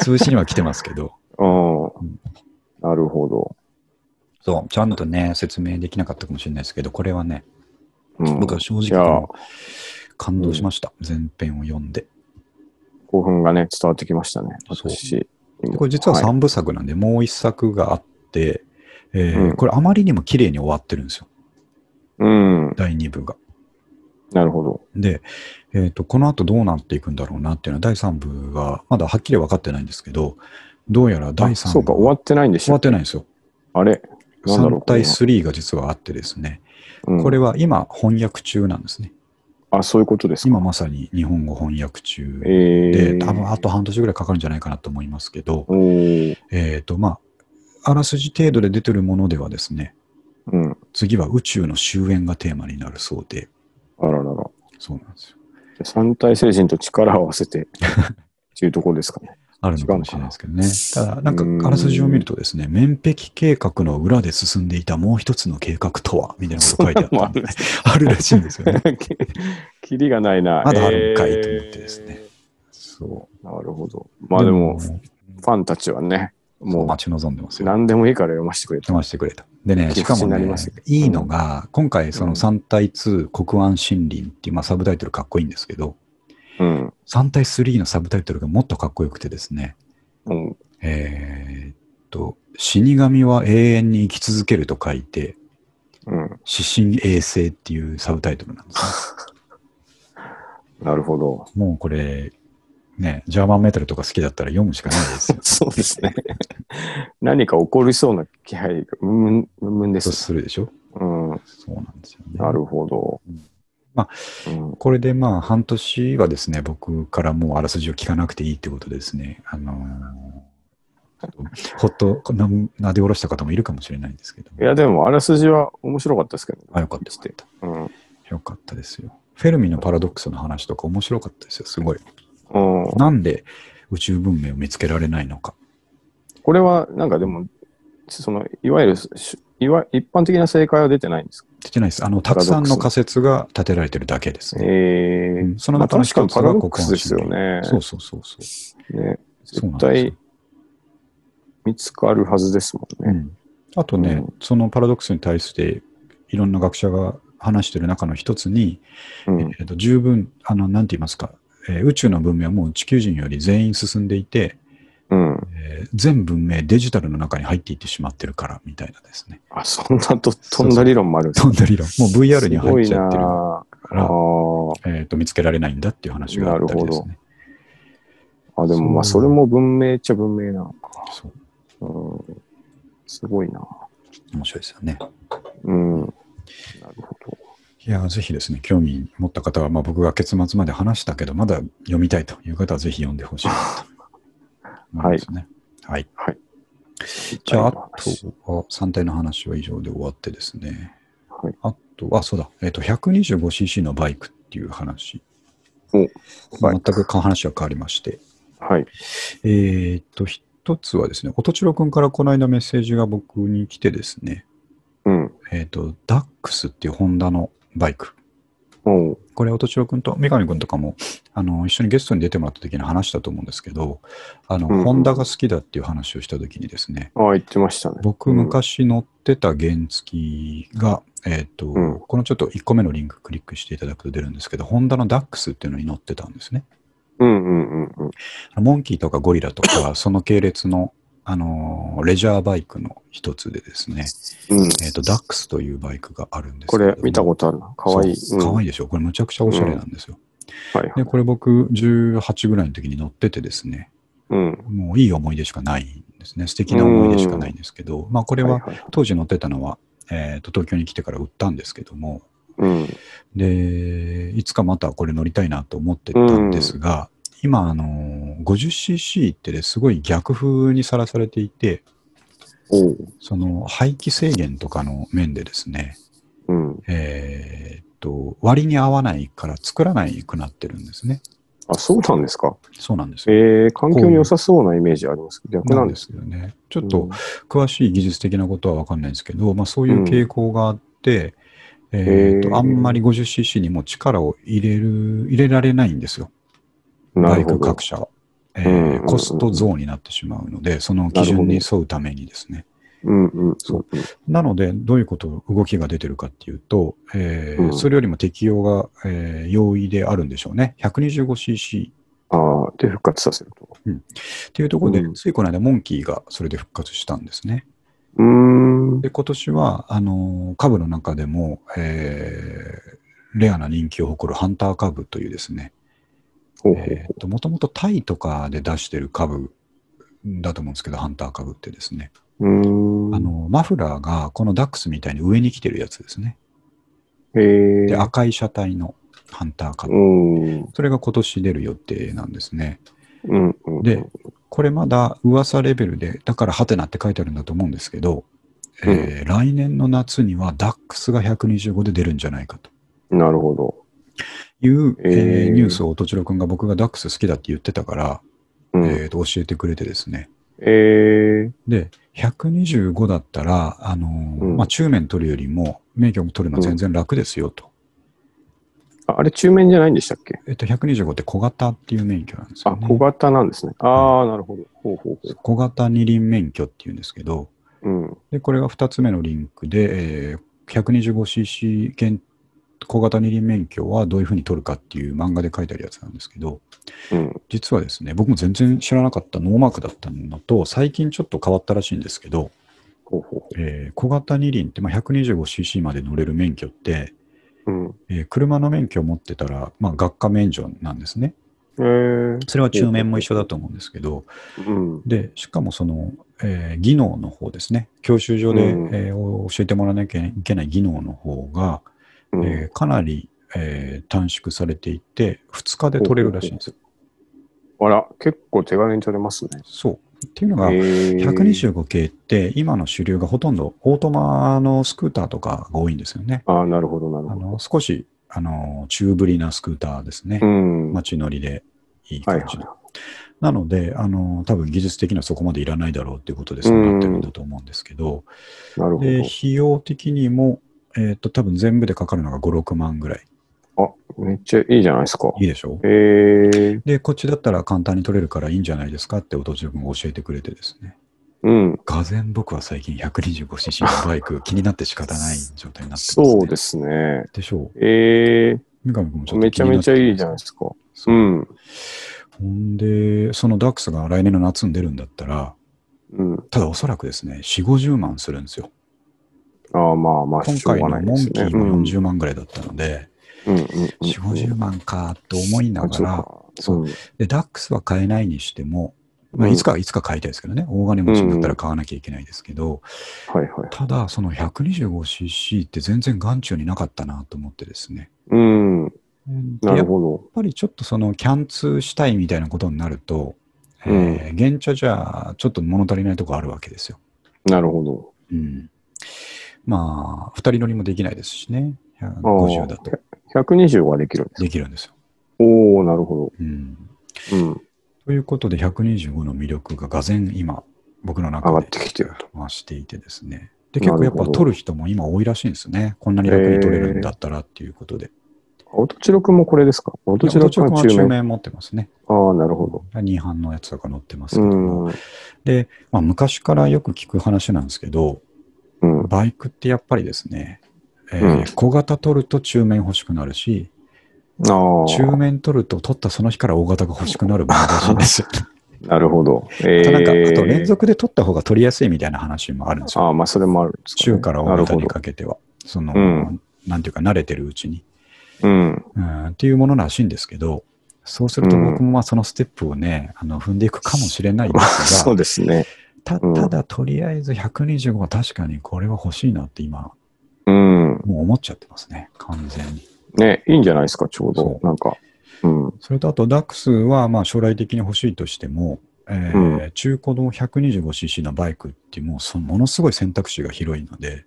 Speaker 1: 通信には来てますけど、
Speaker 2: うん。なるほど。
Speaker 1: そう、ちゃんとね、説明できなかったかもしれないですけど、これはね、
Speaker 2: うん、
Speaker 1: 僕は正
Speaker 2: いやー
Speaker 1: 直、感動しました。前編を読んで。
Speaker 2: 興奮がね、伝わってきましたね。
Speaker 1: そう
Speaker 2: 私。
Speaker 1: でこれ実は
Speaker 2: はい
Speaker 1: 3部作なんで、もう1作があって、えー
Speaker 2: うん
Speaker 1: これあまりにも綺麗に終わってるんですよ。
Speaker 2: うん。
Speaker 1: 第2部が。
Speaker 2: なるほど。
Speaker 1: で、えー、とこの後どうなっていくんだろうなっていうのは第3部がまだはっきり分かってないんですけどどうやら第3
Speaker 2: あ
Speaker 1: 部
Speaker 2: そうか、終わってないんでし
Speaker 1: 終わ
Speaker 2: ょ
Speaker 1: っ。てないんですよ
Speaker 2: あれなんだろう
Speaker 1: 3対3が実はあってですね
Speaker 2: うん
Speaker 1: これは今翻訳中なんですね
Speaker 2: あ、そういうことです
Speaker 1: 今
Speaker 2: か。
Speaker 1: まさに日本語翻訳中
Speaker 2: え
Speaker 1: で
Speaker 2: ー、
Speaker 1: 多分あと半年ぐらいかかるんじゃないかなと思いますけど
Speaker 2: おー
Speaker 1: えっとまああらすじ程度で出てるものではですね
Speaker 2: うん。
Speaker 1: 次は宇宙の終焉がテーマになるそうで
Speaker 2: あららら。
Speaker 1: そうなんですよ
Speaker 2: 三体精神と力を合わせ て、っていうところですかね。
Speaker 1: あるのかもしれないですけどね。
Speaker 2: 違うのか
Speaker 1: ただ、なんか、あらすじを見るとですね、面壁計画の裏で進んでいたもう一つの計画とは、みたいなこと書いてあったんで、あるらしいんですよ ね。
Speaker 2: キリがないな。
Speaker 1: まだあるんかいと思ってですね
Speaker 2: え
Speaker 1: そ
Speaker 2: ーなるほど。
Speaker 1: う。
Speaker 2: まあでも、
Speaker 1: でも
Speaker 2: ファンたちはね、
Speaker 1: もう
Speaker 2: も
Speaker 1: 待ち望んでます
Speaker 2: う
Speaker 1: よ。
Speaker 2: 何でもいいから読ませてくれ
Speaker 1: 読
Speaker 2: と。
Speaker 1: ませてくれた。でね、しかも
Speaker 2: 気持ちになり
Speaker 1: ね
Speaker 2: ますよ、
Speaker 1: いいのが、今回、そうの
Speaker 2: ん
Speaker 1: 三体2国安森林っていう、まあ、サブタイトルかっこいいんですけど、
Speaker 2: うん。
Speaker 1: 三体3のサブタイトルがもっとかっこよくてですね、
Speaker 2: うん、
Speaker 1: えーっと、死神は永遠に生き続けると書いて、
Speaker 2: うん。
Speaker 1: 指針衛星っていうサブタイトルなんですね。
Speaker 2: なるほど。。
Speaker 1: もうこれ、ね、ジャーマンメタルとか好きだったら読むしかないですよ
Speaker 2: そうで すね。何か起こりそうな気配が、うんうん、うんうん で
Speaker 1: そう
Speaker 2: す。
Speaker 1: するでしょ
Speaker 2: うん。
Speaker 1: そうなんですよね。
Speaker 2: なるほど
Speaker 1: うん。まあ、
Speaker 2: うん、
Speaker 1: これでまあ半年はですね、僕からもうあらすじを聞かなくていいってことですね。あのーほっとななで下ろした方もいるかもしれないんですけど
Speaker 2: いや、でも、あらすじは面白かったですけど、ね。
Speaker 1: あよかったよかっ
Speaker 2: うん。
Speaker 1: たよかったですよフェルミのパラドックスの話とか面白かったですよすごい
Speaker 2: うん、
Speaker 1: なんで宇宙文明を見つけられないのか
Speaker 2: これは、なんかでも、その、いわゆるし、いわ一般的な正解は出てないんですか
Speaker 1: 出てないですあのたくさんの仮説が立てられてるだけですね
Speaker 2: ええ
Speaker 1: うんその
Speaker 2: まあ
Speaker 1: 中の
Speaker 2: 確か
Speaker 1: 一
Speaker 2: に
Speaker 1: つが
Speaker 2: パラドックスですよ
Speaker 1: ここ
Speaker 2: ね。
Speaker 1: そうそうそうそう
Speaker 2: ね
Speaker 1: そうなん
Speaker 2: 絶
Speaker 1: ですよ
Speaker 2: 対見つかるはずですもん
Speaker 1: う
Speaker 2: ね。
Speaker 1: ん、あとね、
Speaker 2: うん
Speaker 1: そのパラドックスに対していろんな学者が話してる中の一つに、
Speaker 2: うん。
Speaker 1: えっと十分あのなんて言いますか、えー宇宙の文明はもう地球人より全員進んでいて、
Speaker 2: うん。
Speaker 1: えー全文明デジタルの中に入っていってしまってるからみたいなです ね
Speaker 2: あ、そんなと飛んだ理論もあるんです
Speaker 1: そんな理論もう VR に
Speaker 2: す
Speaker 1: 入
Speaker 2: ご
Speaker 1: っ
Speaker 2: い
Speaker 1: ち
Speaker 2: な
Speaker 1: ゃってるか
Speaker 2: あ
Speaker 1: ら、
Speaker 2: あ
Speaker 1: えー、と見つけられないんだっていう話があったりですね
Speaker 2: あ、でもまあ、
Speaker 1: そ
Speaker 2: そうれも文明っちゃ文明なのか。
Speaker 1: そう
Speaker 2: うん。すごいな
Speaker 1: 面白いですよね
Speaker 2: うん。
Speaker 1: いや、ぜひですね、興味持った方は、まあ、僕が結末まで話したけど、まだ読みたいという方は、ぜひ読んでほしいなと思いますね。はい。
Speaker 2: はい。
Speaker 1: じゃあ、あとは、3体の話は以上で終わってですね。
Speaker 2: はい。
Speaker 1: あと、あ、そうだ、えっ、と、125cc のバイクっていう話。
Speaker 2: おバイ
Speaker 1: 全く話は変わりまして。
Speaker 2: はい。
Speaker 1: えーっと、一つはですね、音千代くんからこの間メッセージが僕に来てですね、
Speaker 2: うん。
Speaker 1: えーっと、ダックスっていうホンダのバイク。
Speaker 2: おう
Speaker 1: これ、音千代くんと三上くんとかも、あの、一緒にゲストに出てもらった時に話したと思うんですけど、あの、
Speaker 2: うん
Speaker 1: ホンダが好きだっていう話をした時にですね、
Speaker 2: ああ、言ってましたね。
Speaker 1: 僕、昔乗ってた原付が、えーっと、
Speaker 2: うん
Speaker 1: このちょっと1個目のリンククリックしていただくと出るんですけど、ホンダのダックスっていうのに乗ってたんですね。
Speaker 2: うんうんうんうん。
Speaker 1: モンキーとかゴリラと か、その系列の、あのーレジャーバイクの一つでですね、
Speaker 2: うん。
Speaker 1: えっ、と、ダックスというバイクがあるんです
Speaker 2: こ
Speaker 1: けれど
Speaker 2: れ
Speaker 1: も
Speaker 2: 見たことあるな。かわいい。
Speaker 1: そうかわいいでしょ。これむちゃくちゃおしゃれなんですよ。
Speaker 2: うん。はいは
Speaker 1: で、
Speaker 2: い。
Speaker 1: これ僕18ぐらいの時に乗っててですね、
Speaker 2: うん。
Speaker 1: もういい思い出しかないんですね。素敵な思い出しかないんですけど、まあこれ
Speaker 2: はい
Speaker 1: は
Speaker 2: はいはい
Speaker 1: 当時乗ってたのは、えっ、と、東京に来てから売ったんですけども、
Speaker 2: うん。
Speaker 1: で、いつかまたこれ乗りたいなと思ってたんですが、今、あのー、50cc ってね、すごい逆風にさらされていて、
Speaker 2: おう。
Speaker 1: その排気制限とかの面でですね、
Speaker 2: うん。
Speaker 1: えーっと、割に合わないから作らないくなってるんですね。
Speaker 2: あ、そうなんですか。
Speaker 1: そうなんですよ。
Speaker 2: えー、環境に良さそうなイメージありますけど、逆
Speaker 1: な
Speaker 2: なんん
Speaker 1: で
Speaker 2: です。
Speaker 1: すよね。ちょっと詳しい技術的なことはわかんないんですけど、まあそういう傾向があって、えーっ
Speaker 2: へ
Speaker 1: と、
Speaker 2: ー
Speaker 1: あんまり 50cc にも力を入れる、入れられないんですよ。
Speaker 2: うん、な
Speaker 1: バ
Speaker 2: る
Speaker 1: イ
Speaker 2: ほ
Speaker 1: ク
Speaker 2: ど
Speaker 1: 各。社は、えー
Speaker 2: うん
Speaker 1: コスト増になってしまうので、その基準に沿うためにですね。
Speaker 2: うんうん。
Speaker 1: そう
Speaker 2: そうん。
Speaker 1: なので、どういうこと、動きが出てるかっていうと、えー
Speaker 2: うん
Speaker 1: それよりも適用が、えー容易であるんでしょうね。125cc
Speaker 2: ああ、で、復活させると。
Speaker 1: っていうところで、
Speaker 2: うん
Speaker 1: ついこの間、モンキーがそれで復活したんですね。
Speaker 2: うーん。
Speaker 1: で、今年は、あのー株の中でも、えーレアな人気を誇るハンター株というですね、
Speaker 2: ほうほう
Speaker 1: えーともともとタイとかで出してる株だと思うんですけど、ハンター株ってですね。
Speaker 2: うーん。
Speaker 1: あの、マフラーがこのダックスみたいに上に来てるやつですね。
Speaker 2: へえ
Speaker 1: で、赤い車体のハンターカ
Speaker 2: う
Speaker 1: ブ。
Speaker 2: ん。
Speaker 1: それが今年出る予定なんですね。
Speaker 2: うん。うん
Speaker 1: で、これまだ噂レベルで、だからハテナって書いてあるんだと思うんですけど、えー来年の夏にはダックスが125で出るんじゃないかと
Speaker 2: なるほど。
Speaker 1: いう、えー
Speaker 2: えー
Speaker 1: ニュースを音千代くんが僕がダックス好きだって言ってたから、
Speaker 2: うん。
Speaker 1: えーと教えてくれてですね。
Speaker 2: えー、
Speaker 1: で、125だったら、あのー
Speaker 2: うん
Speaker 1: まあ、中面取るよりも、免許取るのは全然楽ですよと。
Speaker 2: ああれ、中面じゃないんでしたっけ
Speaker 1: えっと、125って小型っていう免許なんですよ、
Speaker 2: あ、
Speaker 1: ね。
Speaker 2: 小型なんですね。ああ、なるほど。ほうほうほう。
Speaker 1: 小型二輪免許っていうんですけど、
Speaker 2: うん。
Speaker 1: で、これが2つ目のリンクで、えー 125cc 限小型二輪免許はどういうふうに取るかっていう漫画で書いてあるやつなんですけど、
Speaker 2: うん。
Speaker 1: 実はですね、僕も全然知らなかったノーマークだったのと、最近ちょっと変わったらしいんですけど、
Speaker 2: ほうほうほ
Speaker 1: えー小型二輪って、まあ、125cc まで乗れる免許って、
Speaker 2: う。うん。
Speaker 1: えー車の免許を持ってたら、まあ、学科免除なんですね。
Speaker 2: えー、
Speaker 1: それは中面も一緒だと思うんですけど、
Speaker 2: うん。
Speaker 1: で、しかもその、えー技能の方ですね、教習所で、
Speaker 2: うん
Speaker 1: えー教えてもらわなきゃいけない技能の方が、
Speaker 2: うん
Speaker 1: えーかなり、えー短縮されていて、2日で取れるらしいんですよ。
Speaker 2: あら、結構手軽に取れますね。
Speaker 1: そう。っていうの
Speaker 2: え
Speaker 1: が、
Speaker 2: ー、
Speaker 1: 125系って、今の主流がほとんどオートマのスクーターとかが多いんですよね。
Speaker 2: ああ、なるほど、なる
Speaker 1: あ
Speaker 2: ほど。
Speaker 1: の少しあの中ぶりなスクーターですね
Speaker 2: う。ん。
Speaker 1: 街乗りでいい感
Speaker 2: はい
Speaker 1: じの。
Speaker 2: は
Speaker 1: なので、あの、多分技術的にはそこまでいらないだろうっていうことでそうなってるんだと思うんですけど、
Speaker 2: い。なるほ
Speaker 1: で、費用的にも、えっ、と、多分全部でかかるのが5、6万ぐらい。
Speaker 2: ど。めっちゃいいじゃないですか。
Speaker 1: いいでしょう
Speaker 2: えー、
Speaker 1: で、こっちだったら簡単に取れるからいいんじゃないですかって、おとち君が教えてくれてですね。
Speaker 2: うん。
Speaker 1: がぜん僕は最近 125cc のバイク気になって仕方ない状態になってます、
Speaker 2: そうで。すね。
Speaker 1: でしょう。
Speaker 2: え
Speaker 1: 三上君もち
Speaker 2: ー、
Speaker 1: ょっと
Speaker 2: めちゃめちゃいいじゃない
Speaker 1: い
Speaker 2: ですか。
Speaker 1: です
Speaker 2: う
Speaker 1: か。
Speaker 2: ん。
Speaker 1: ほんで、そのダックスが来年の夏に出るんだったら、
Speaker 2: うん。
Speaker 1: ただおそらくですね、4、50万するんですよ。
Speaker 2: ああ、まあまあ、
Speaker 1: 今
Speaker 2: しょう
Speaker 1: 回の
Speaker 2: がないで
Speaker 1: モン
Speaker 2: す
Speaker 1: キ
Speaker 2: ね。
Speaker 1: ーも40万ぐらいだったので、
Speaker 2: うんうんうんうん
Speaker 1: 4、50万かと思いながら、
Speaker 2: そう
Speaker 1: そう
Speaker 2: か。
Speaker 1: で、ダックスは買えないにしても、まあ、
Speaker 2: うん
Speaker 1: いつか、いつか買いたいですけどね、大金持ちになったら買わなきゃいけないですけど、
Speaker 2: はいはい。
Speaker 1: ただ、その 125cc って全然眼中になかったなと思ってですね。
Speaker 2: うん。
Speaker 1: で
Speaker 2: な
Speaker 1: や
Speaker 2: る
Speaker 1: っ
Speaker 2: ほど。
Speaker 1: ぱりちょっとその、キャンツしたいみたいなことになると、えー現茶じゃ、ちょっと物足りないとこあるわけですよ。
Speaker 2: なるほど。
Speaker 1: うん。まあ、二人乗りもできないですしね、150だと
Speaker 2: 120はできるんです。
Speaker 1: できるんですよ。
Speaker 2: おおなるほ
Speaker 1: うん。
Speaker 2: ど。うん。
Speaker 1: ということで、125の魅力がが然今、僕の中で
Speaker 2: 上がってきてると
Speaker 1: 増していてですね。で、結
Speaker 2: なるほ
Speaker 1: 構
Speaker 2: ど
Speaker 1: やっぱ取る人も今多いらしいんですね。こんなに楽に取れるんだったらっていうことで。
Speaker 2: 音チロクもこれですか音チ
Speaker 1: ち
Speaker 2: ロ
Speaker 1: ろ
Speaker 2: ク
Speaker 1: ん
Speaker 2: は
Speaker 1: は
Speaker 2: 中
Speaker 1: 中
Speaker 2: 面。
Speaker 1: 面持ってますね。
Speaker 2: ああ、なるほど。
Speaker 1: 2班のやつとか乗ってますけ
Speaker 2: う
Speaker 1: ど
Speaker 2: ん。
Speaker 1: も。
Speaker 2: うん。
Speaker 1: で、まあ、昔からよく聞く話なんですけど、バイクってやっぱりですね、えー
Speaker 2: う
Speaker 1: 小型取ると中面欲しくなるし、
Speaker 2: あ
Speaker 1: 中面取ると取ったその日から大型が欲しくなるものらしいん ですよ。
Speaker 2: あ、なるほど。え
Speaker 1: なんか、
Speaker 2: ー
Speaker 1: あと連続で取った方が取りやすいみたいな話もあるんですよ。
Speaker 2: ああ、まあ、それもあるんですね
Speaker 1: 中から
Speaker 2: な
Speaker 1: 大
Speaker 2: る
Speaker 1: 型
Speaker 2: ほど
Speaker 1: に。かけては。その、
Speaker 2: うん
Speaker 1: なんていうか慣れてるうちに。
Speaker 2: うん。
Speaker 1: うん、っていうものらしいんですけど、そうすると僕もまあそのステップをね、あの踏んでいくかもしれないんで
Speaker 2: まあ、
Speaker 1: す
Speaker 2: そ
Speaker 1: が
Speaker 2: う、ですね。
Speaker 1: た
Speaker 2: うん
Speaker 1: ただとりあえず125は確かにこれは欲しいなって今、
Speaker 2: うん。
Speaker 1: もう思っちゃってますね、完全に。
Speaker 2: ね、いいんじゃないですか、ちょう
Speaker 1: そ
Speaker 2: ど。
Speaker 1: う
Speaker 2: なんか。うん。
Speaker 1: それとあと、ダックスはまあ将来的に欲しいとしても、えー中古の 125cc のバイクってもうそものすごい選択肢が広いので、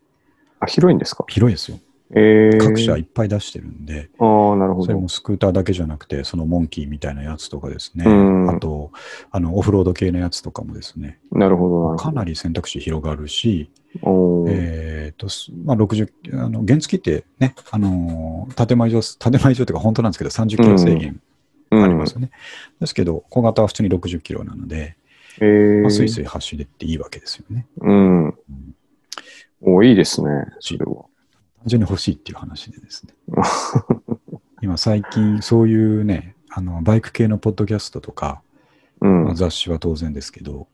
Speaker 2: あ、広いんですか
Speaker 1: 広いですよ。
Speaker 2: ええ。
Speaker 1: 各社いっぱい出してるんで、
Speaker 2: ああ、なるほ
Speaker 1: それ
Speaker 2: ど
Speaker 1: も。スクーターだけじゃなくて、そのモンキーみたいなやつとかですね、
Speaker 2: うん
Speaker 1: あと、あの、オフロード系のやつとかもですね、
Speaker 2: なるほど、なるほ
Speaker 1: かなり選択肢広がるし、
Speaker 2: ど。おー
Speaker 1: えっと、すまあ、60、あの、原付ってね、あのー建前上、建前上というか本当なんですけど、30キロ制限
Speaker 2: う
Speaker 1: あ
Speaker 2: ん
Speaker 1: りますよね。ですけど、小型は普通に60キロなので、
Speaker 2: えー
Speaker 1: まあ、スイスイ走れっていいわけですよね。
Speaker 2: うん。おーいいですね、それは。
Speaker 1: 単純に欲しいっていう話でです ね。今最近そういうね、あの、バイク系のポッドキャストとか、
Speaker 2: うん。
Speaker 1: まあ
Speaker 2: はい
Speaker 1: 雑誌は当然ですけど、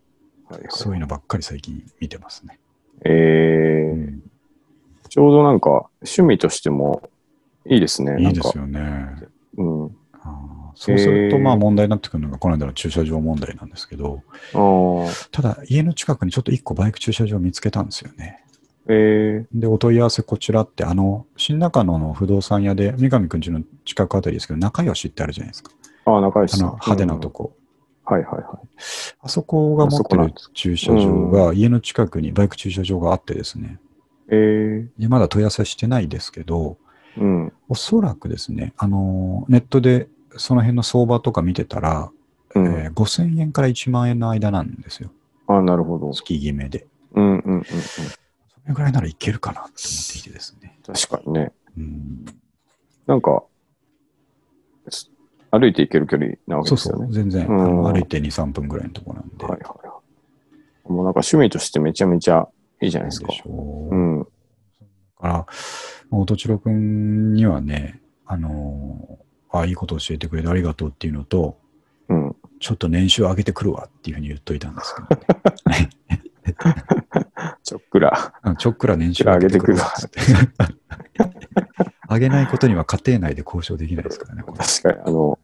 Speaker 2: はい
Speaker 1: そういうのばっかり最近見てますね。
Speaker 2: えー
Speaker 1: うん
Speaker 2: ちょうどなんか、趣味としてもいいですね。
Speaker 1: い
Speaker 2: ないん
Speaker 1: で
Speaker 2: か
Speaker 1: すよね。
Speaker 2: うん。あ
Speaker 1: あーそうすると、
Speaker 2: へー
Speaker 1: まあ問題になってくるのが、この間の駐車場問題なんですけど、
Speaker 2: あ。
Speaker 1: ただ家の近くにちょっと1個バイク駐車場を見つけたんですよね。
Speaker 2: えー
Speaker 1: で、お問い合わせこちらって、あの、新中野の不動産屋で、三上くんちの近くあたりですけど、中吉ってあるじゃないですか。
Speaker 2: ああ、仲良し
Speaker 1: あ
Speaker 2: さ
Speaker 1: の
Speaker 2: ん。、
Speaker 1: 派手なとこ。
Speaker 2: うん。はいはいはい。
Speaker 1: あそこが持ってる駐車場が、家の近くにバイク駐車場があってですね。
Speaker 2: えー
Speaker 1: で、まだ問い合わせしてないですけど、
Speaker 2: うん。
Speaker 1: おそらくですね、あのネットでその辺の相場とか見てたら、え
Speaker 2: うん。
Speaker 1: ー5000円から1万円の間なんですよ。
Speaker 2: ああ、なるほど。
Speaker 1: 月決めで。
Speaker 2: うんうんうんうん。
Speaker 1: それぐらいならいけるかなと思っていてですね。
Speaker 2: 確かにね。
Speaker 1: うん、
Speaker 2: なんか、す歩いていける距離なわけ
Speaker 1: そ
Speaker 2: で
Speaker 1: う
Speaker 2: す
Speaker 1: そ
Speaker 2: よね。
Speaker 1: う、全然、
Speaker 2: うん
Speaker 1: あの歩いて2、3分ぐらいのとこなんで。
Speaker 2: はいはいはい。もうなんか趣味としてめちゃめちゃいいじゃないですか
Speaker 1: で。しょう。
Speaker 2: う
Speaker 1: だ
Speaker 2: ん。
Speaker 1: から、音千代くんにはね、あのあ、いいこと教えてくれてありがとうっていうのと、
Speaker 2: うん。
Speaker 1: ちょっと年収上げてくるわっていうふうに言っといたんですけ ど、ね、
Speaker 2: ちょっくら。
Speaker 1: あのちょっくら年収上げてくるわっつって。上げないことには家庭内で交渉できないですからね、これ
Speaker 2: 確かに、あの、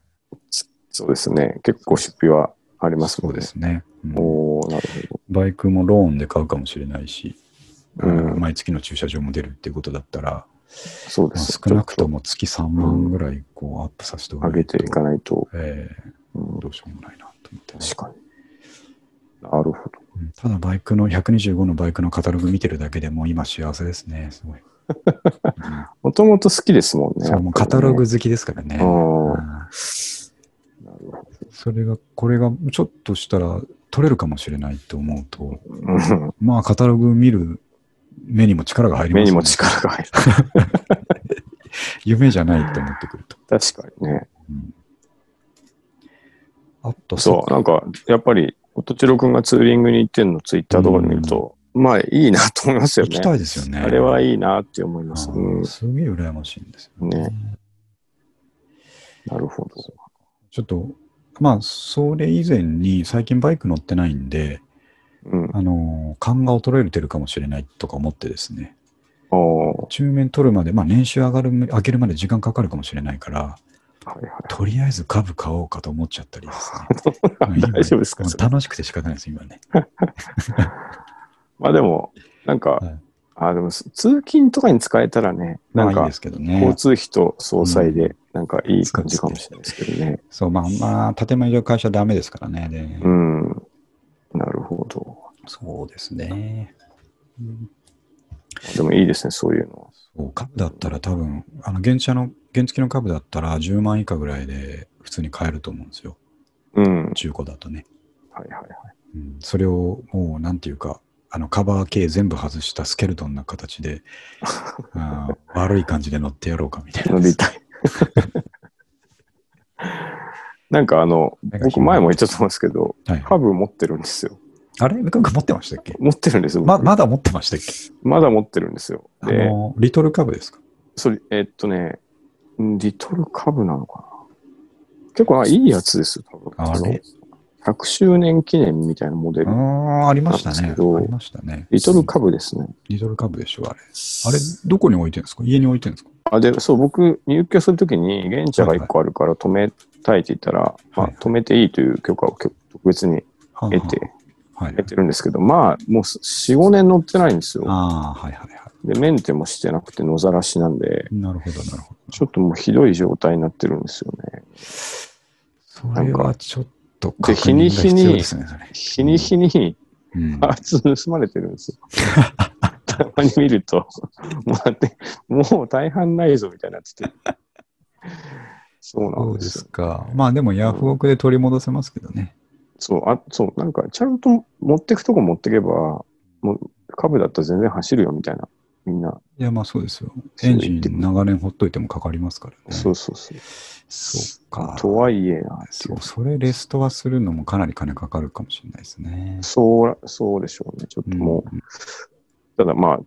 Speaker 2: すそうですね。結構出費はあります
Speaker 1: そ
Speaker 2: も
Speaker 1: うんで
Speaker 2: ね。
Speaker 1: すね、うん
Speaker 2: おおなるほ
Speaker 1: バイクもローンで買うかもしれないし、
Speaker 2: うん
Speaker 1: うん毎月の駐車場も出るっていうことだったら、
Speaker 2: ど。そうで
Speaker 1: まあ
Speaker 2: す。
Speaker 1: 少なくと
Speaker 2: も。
Speaker 1: も月3万ぐらいこうアップさせておか
Speaker 2: 上
Speaker 1: な
Speaker 2: げ
Speaker 1: いと
Speaker 2: ていかないと。
Speaker 1: え
Speaker 2: うん
Speaker 1: ー、どうしようもないなと思ってね、
Speaker 2: 確かに。なるほど。
Speaker 1: うんただバイクの125のバイクのカタログ見てるだけでもう今幸せですね、す ごい。うん
Speaker 2: もともと好きですもんね。
Speaker 1: そうもうカタログ好きですからね。
Speaker 2: やっぱりね。うん。
Speaker 1: う
Speaker 2: なんるほ
Speaker 1: それが、これがちょっとしたら取れるかもしれないと思うと、
Speaker 2: ど。うん
Speaker 1: まあカタログ見る目にも力が入ります、
Speaker 2: 目
Speaker 1: ね、
Speaker 2: にも力が入る。
Speaker 1: 夢じゃないと思ってくると。
Speaker 2: 確かにね。
Speaker 1: うんあとさ
Speaker 2: そう、なんか、やっぱり、音千代くんがツーリングに行ってんのツイッターとかで見ると、まあいいなと思いますよ
Speaker 1: 行
Speaker 2: ね。
Speaker 1: きたいですよね。
Speaker 2: あれ
Speaker 1: い
Speaker 2: はいいなって思います。うん
Speaker 1: す。すげえ羨ましいんですよ
Speaker 2: ねなるほど。
Speaker 1: ちょっと、まあ、それ以前に最近バイク乗ってないんで、
Speaker 2: うん。
Speaker 1: あのー勘が衰えてるかもしれないとか思ってですね、
Speaker 2: ああ、
Speaker 1: 中面取るまで、まあ、年収上がる、上げるまで時間かかるかもしれないから、
Speaker 2: はいはい。
Speaker 1: とりあえず株買おうかと思っちゃったりですね
Speaker 2: 。大丈夫ですか
Speaker 1: もう
Speaker 2: それ
Speaker 1: 楽しくて仕方ないです、今ね。
Speaker 2: まあでも、なんか、
Speaker 1: はい
Speaker 2: あでもす通勤とかに使えたらね、
Speaker 1: まあ
Speaker 2: なん
Speaker 1: いい
Speaker 2: か
Speaker 1: ですけど
Speaker 2: 交
Speaker 1: ね。
Speaker 2: 通費と総裁
Speaker 1: う
Speaker 2: で、なんかいい感じかもしれないですけどね。
Speaker 1: そう、まあまあ、建前上会社ダメですからね。で、
Speaker 2: うん。なるほど。
Speaker 1: そうですね。うん
Speaker 2: でもいいですね、そういうの
Speaker 1: そう株だったら多分、あの現地の、原付の株だったら10万以下ぐらいで普通に買えると思うんですよ。
Speaker 2: は。うん。
Speaker 1: 中古だとね。
Speaker 2: はいはいはい。
Speaker 1: うん、それをもうなんていうかあのカバー系全部外したスケルトンな形 であー悪い感じで乗ってやろうかみたいな
Speaker 2: 乗 りたい。なんかあの、僕前も言っちゃったんですけど、
Speaker 1: はいはい、
Speaker 2: 株持ってるんですよ。
Speaker 1: あれ僕持ってましたっけ
Speaker 2: 持ってるんですよ。僕
Speaker 1: ままだ持ってましたっけ
Speaker 2: まだ持ってるんですよ。
Speaker 1: あ
Speaker 2: で、
Speaker 1: のリトルカブですか
Speaker 2: それ、えっとね、んリトル株なのかな。結構あいいやつですよ、多分。
Speaker 1: あそう
Speaker 2: 100周年記念みたいなモデ
Speaker 1: あ
Speaker 2: ル。
Speaker 1: ーありました
Speaker 2: なん
Speaker 1: ね
Speaker 2: ですけど
Speaker 1: ありましたね
Speaker 2: リトル株ですね。
Speaker 1: リトルカブでしょあれあれどこに置いてるんですか家に置いてるんですか
Speaker 2: あで、そう、僕、入居するときに、現地が1個あるから止めたいって言ったら、まあ、
Speaker 1: はい
Speaker 2: 止めていいという許可を特別に
Speaker 1: はあ
Speaker 2: 得て、
Speaker 1: はあはい
Speaker 2: 得てるんですけど、まあ、もう4、5年乗ってないんですよ。
Speaker 1: ああはいはいは
Speaker 2: で、メンテもしてなくて野ざらしなんで、
Speaker 1: いなるほどなるほど
Speaker 2: ちょっともうひどい状態になってるんですよね。
Speaker 1: それはちょっと
Speaker 2: で
Speaker 1: 確認が必要ですねそれ
Speaker 2: 日に日に
Speaker 1: うん
Speaker 2: パーツ盗まれてるんですよ。たまに見ると、もうだって、もう大半ないぞみたいになってて。そうな
Speaker 1: そ
Speaker 2: ん
Speaker 1: う
Speaker 2: で
Speaker 1: です
Speaker 2: よ
Speaker 1: す。か。まあでもヤフオクで取り戻せますけどね。
Speaker 2: そう、あ、そう、なんか、ちゃんと持ってくとこ持ってけば、もう、株だったら全然走るよみたいな、みんな。
Speaker 1: いやまあそうですよ。
Speaker 2: そう
Speaker 1: エンジン長年ほっといてもかかりますからね。
Speaker 2: そうそうそう。
Speaker 1: そうか。
Speaker 2: とはいえな、ってい
Speaker 1: そうう、それレストアするのもかなり金かかるかもしれないですね。
Speaker 2: そうら、そうでしょうね。ちょっともう、ただまあ、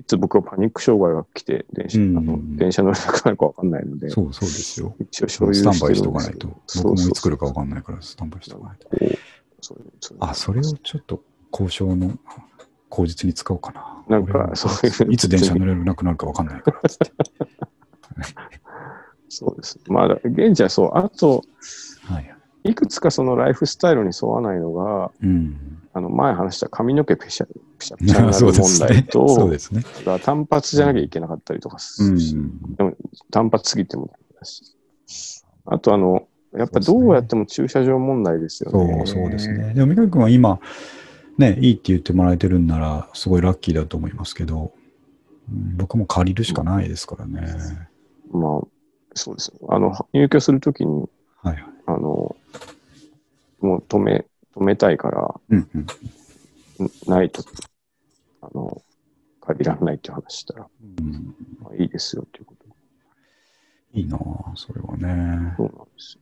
Speaker 2: いつ僕はパニック障害が来て、電車、
Speaker 1: うん
Speaker 2: あの電車乗れなくなるかわかんないの
Speaker 1: う
Speaker 2: で
Speaker 1: ん、そうそうですよ。
Speaker 2: 一応
Speaker 1: スタ
Speaker 2: 所
Speaker 1: ンバ
Speaker 2: 有してる
Speaker 1: イし
Speaker 2: ん
Speaker 1: とか
Speaker 2: で
Speaker 1: な
Speaker 2: す
Speaker 1: い
Speaker 2: け
Speaker 1: と
Speaker 2: ど。。
Speaker 1: 僕もいつ来るか
Speaker 2: わ
Speaker 1: わかんないから、スタンバイしとかないと。
Speaker 2: あ、
Speaker 1: あ、それをちょっと交渉の口実に使おうかな。
Speaker 2: なん
Speaker 1: 俺
Speaker 2: か、
Speaker 1: も
Speaker 2: そうい う。
Speaker 1: いつ電車乗れなくなるかわかんないからっつって。
Speaker 2: そうです。まあ、現地はそう。あと、
Speaker 1: はい。
Speaker 2: いくつかそのライフスタイルに沿わないのが、
Speaker 1: うん。
Speaker 2: あの、前話した髪の毛ペシャ、ペシャペシャにな
Speaker 1: そう
Speaker 2: る
Speaker 1: で
Speaker 2: 問
Speaker 1: すね
Speaker 2: 題。
Speaker 1: そう
Speaker 2: と、
Speaker 1: ですね。
Speaker 2: が単発じゃなきゃいけなかったりとかす
Speaker 1: う
Speaker 2: るし、
Speaker 1: ん。
Speaker 2: 単発すぎてもダメだし。あと、あの、やっぱどうやっても駐車場問題ですよ
Speaker 1: そ
Speaker 2: ね。
Speaker 1: う、そうです。ね。でも、三上君は今、ね、いいって言ってもらえてるんなら、すごいラッキーだと思いますけど、うん僕も借りるしかないですからね。
Speaker 2: まあ、そうです。あの、入居するときに、
Speaker 1: はいはい。
Speaker 2: あの、もう止め、止めたいから、
Speaker 1: うんうん。
Speaker 2: んないと、あの、借りられないっていう話したら、
Speaker 1: うん、
Speaker 2: まあ、いいですよっていうこと。
Speaker 1: いいなあそれはね
Speaker 2: そ。うなんですよ。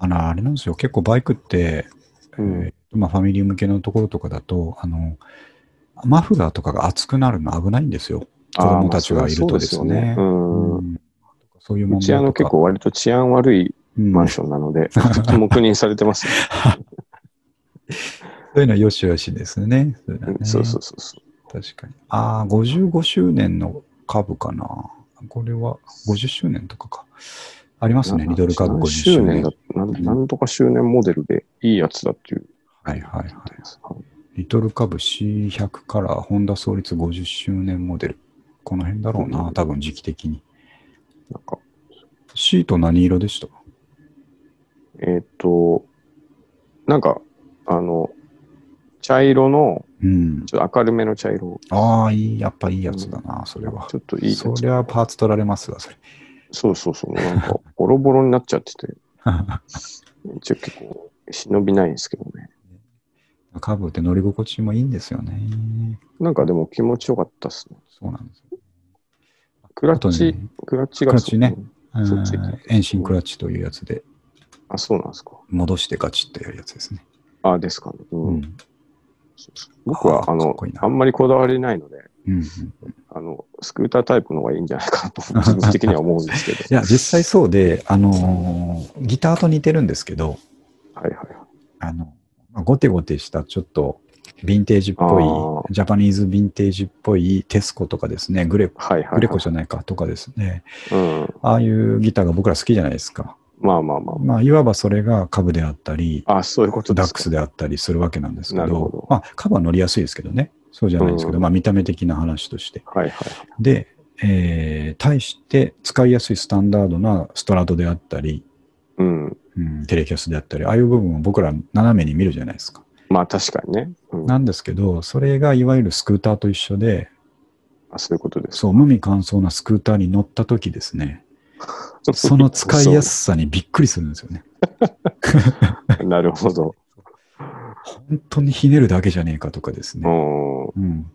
Speaker 1: あの、あれなんですよ。結構バイクって、
Speaker 2: うん
Speaker 1: えーまあ、ファミリー向けのところとかだと、あの、マフラーとかが熱くなるの危ないんですよ。子供
Speaker 2: あーまあ
Speaker 1: たちがいるとですね。
Speaker 2: そうですよ
Speaker 1: う
Speaker 2: ね
Speaker 1: んそういう
Speaker 2: うん。う
Speaker 1: 問
Speaker 2: ち、あ
Speaker 1: 題
Speaker 2: の、
Speaker 1: と
Speaker 2: 結
Speaker 1: か。
Speaker 2: 構割と治安悪い
Speaker 1: うん
Speaker 2: マンションなので、黙認され てます、
Speaker 1: そういうのはよしよしですね。そういうのはね
Speaker 2: そうそうそうそう。
Speaker 1: 確かに。ああ、55周年の株かな。これは50周年とかか。ありますね、
Speaker 2: なん
Speaker 1: リドル株50
Speaker 2: 何
Speaker 1: 周年。
Speaker 2: だなん。なんとか周年モデルでいいやつだっていう。
Speaker 1: はいはいはい。
Speaker 2: はい
Speaker 1: リトル株 C100 からホンダ創立50周年モデル。この辺だろう
Speaker 2: う
Speaker 1: な、
Speaker 2: ん
Speaker 1: 多分時期的に。
Speaker 2: なんか、
Speaker 1: シート何色でした
Speaker 2: えーっ、と、なんか、あの、茶色の、
Speaker 1: うん。
Speaker 2: ちょっと明るめの茶色。
Speaker 1: ああ、いい、やっぱいいやつだな、それは
Speaker 2: ち。ょっといいやつ
Speaker 1: そりゃパーツ取られますわ、それ。
Speaker 2: そうそうそう。なんか、ボロボロになっちゃってて、ちょっと結構、忍びないんですけどね。
Speaker 1: 株って乗り心地もいいんですよね。
Speaker 2: なんかでも気持ちよかったっすね。
Speaker 1: そうなんですよ。
Speaker 2: クラッ
Speaker 1: あと
Speaker 2: チ、
Speaker 1: ね
Speaker 2: クラッチが
Speaker 1: クラッチね
Speaker 2: そう
Speaker 1: う
Speaker 2: そっ
Speaker 1: ん
Speaker 2: ち
Speaker 1: 遠心クラッチというやつで
Speaker 2: あ、そうなんですか。
Speaker 1: 戻してガチってやるやつですね。
Speaker 2: あ、ですかね。う。
Speaker 1: うんん。
Speaker 2: そうそう僕は、
Speaker 1: あ
Speaker 2: あ
Speaker 1: かっ
Speaker 2: の
Speaker 1: こいいな
Speaker 2: あんまりこだわりないので、
Speaker 1: うん、い
Speaker 2: あの、スクータータイプの方がいいんじゃないかな と、個人的には思うんですけど。
Speaker 1: や、実際そうで、あのーギターと似てるんですけど、
Speaker 2: はいはいはい。
Speaker 1: あの、まあゴテゴテしたちょっとヴィンテージっぽ
Speaker 2: あ
Speaker 1: い、ジャパニーズヴィンテージっぽいテスコとかですね、グレ、
Speaker 2: はいはい、はい。
Speaker 1: グレコじゃないかとかですね、
Speaker 2: うん。
Speaker 1: ああいうギターが僕ら好きじゃないですか。
Speaker 2: まあまあまあ。
Speaker 1: まあ、いわばそれが株であったり、
Speaker 2: あそういうことで
Speaker 1: ダ
Speaker 2: す
Speaker 1: ック
Speaker 2: か。
Speaker 1: スであったりするわけなんですけど、
Speaker 2: なるほど
Speaker 1: まあ、株は乗りやすいですけどね。そうじゃないですけど、
Speaker 2: うん
Speaker 1: まあ、見た目的な話として。
Speaker 2: はいはい。
Speaker 1: で、えー対して使いやすいスタンダードなストラトであったり、
Speaker 2: うん。
Speaker 1: うん、テレキャスであったり、ああいう部分を僕ら斜めに見るじゃないですか。
Speaker 2: まあ確かにね。うん、
Speaker 1: なんですけど、それがいわゆるスクーターと一緒で、
Speaker 2: あそういうことです。
Speaker 1: そう、無味乾燥なスクーターに乗った時ですね、 その使いやすさにびっくりするんですよね。
Speaker 2: そうなるほど。
Speaker 1: 本当にひねるだけじゃねえかとかです
Speaker 2: う
Speaker 1: ね。
Speaker 2: ん。
Speaker 1: うん、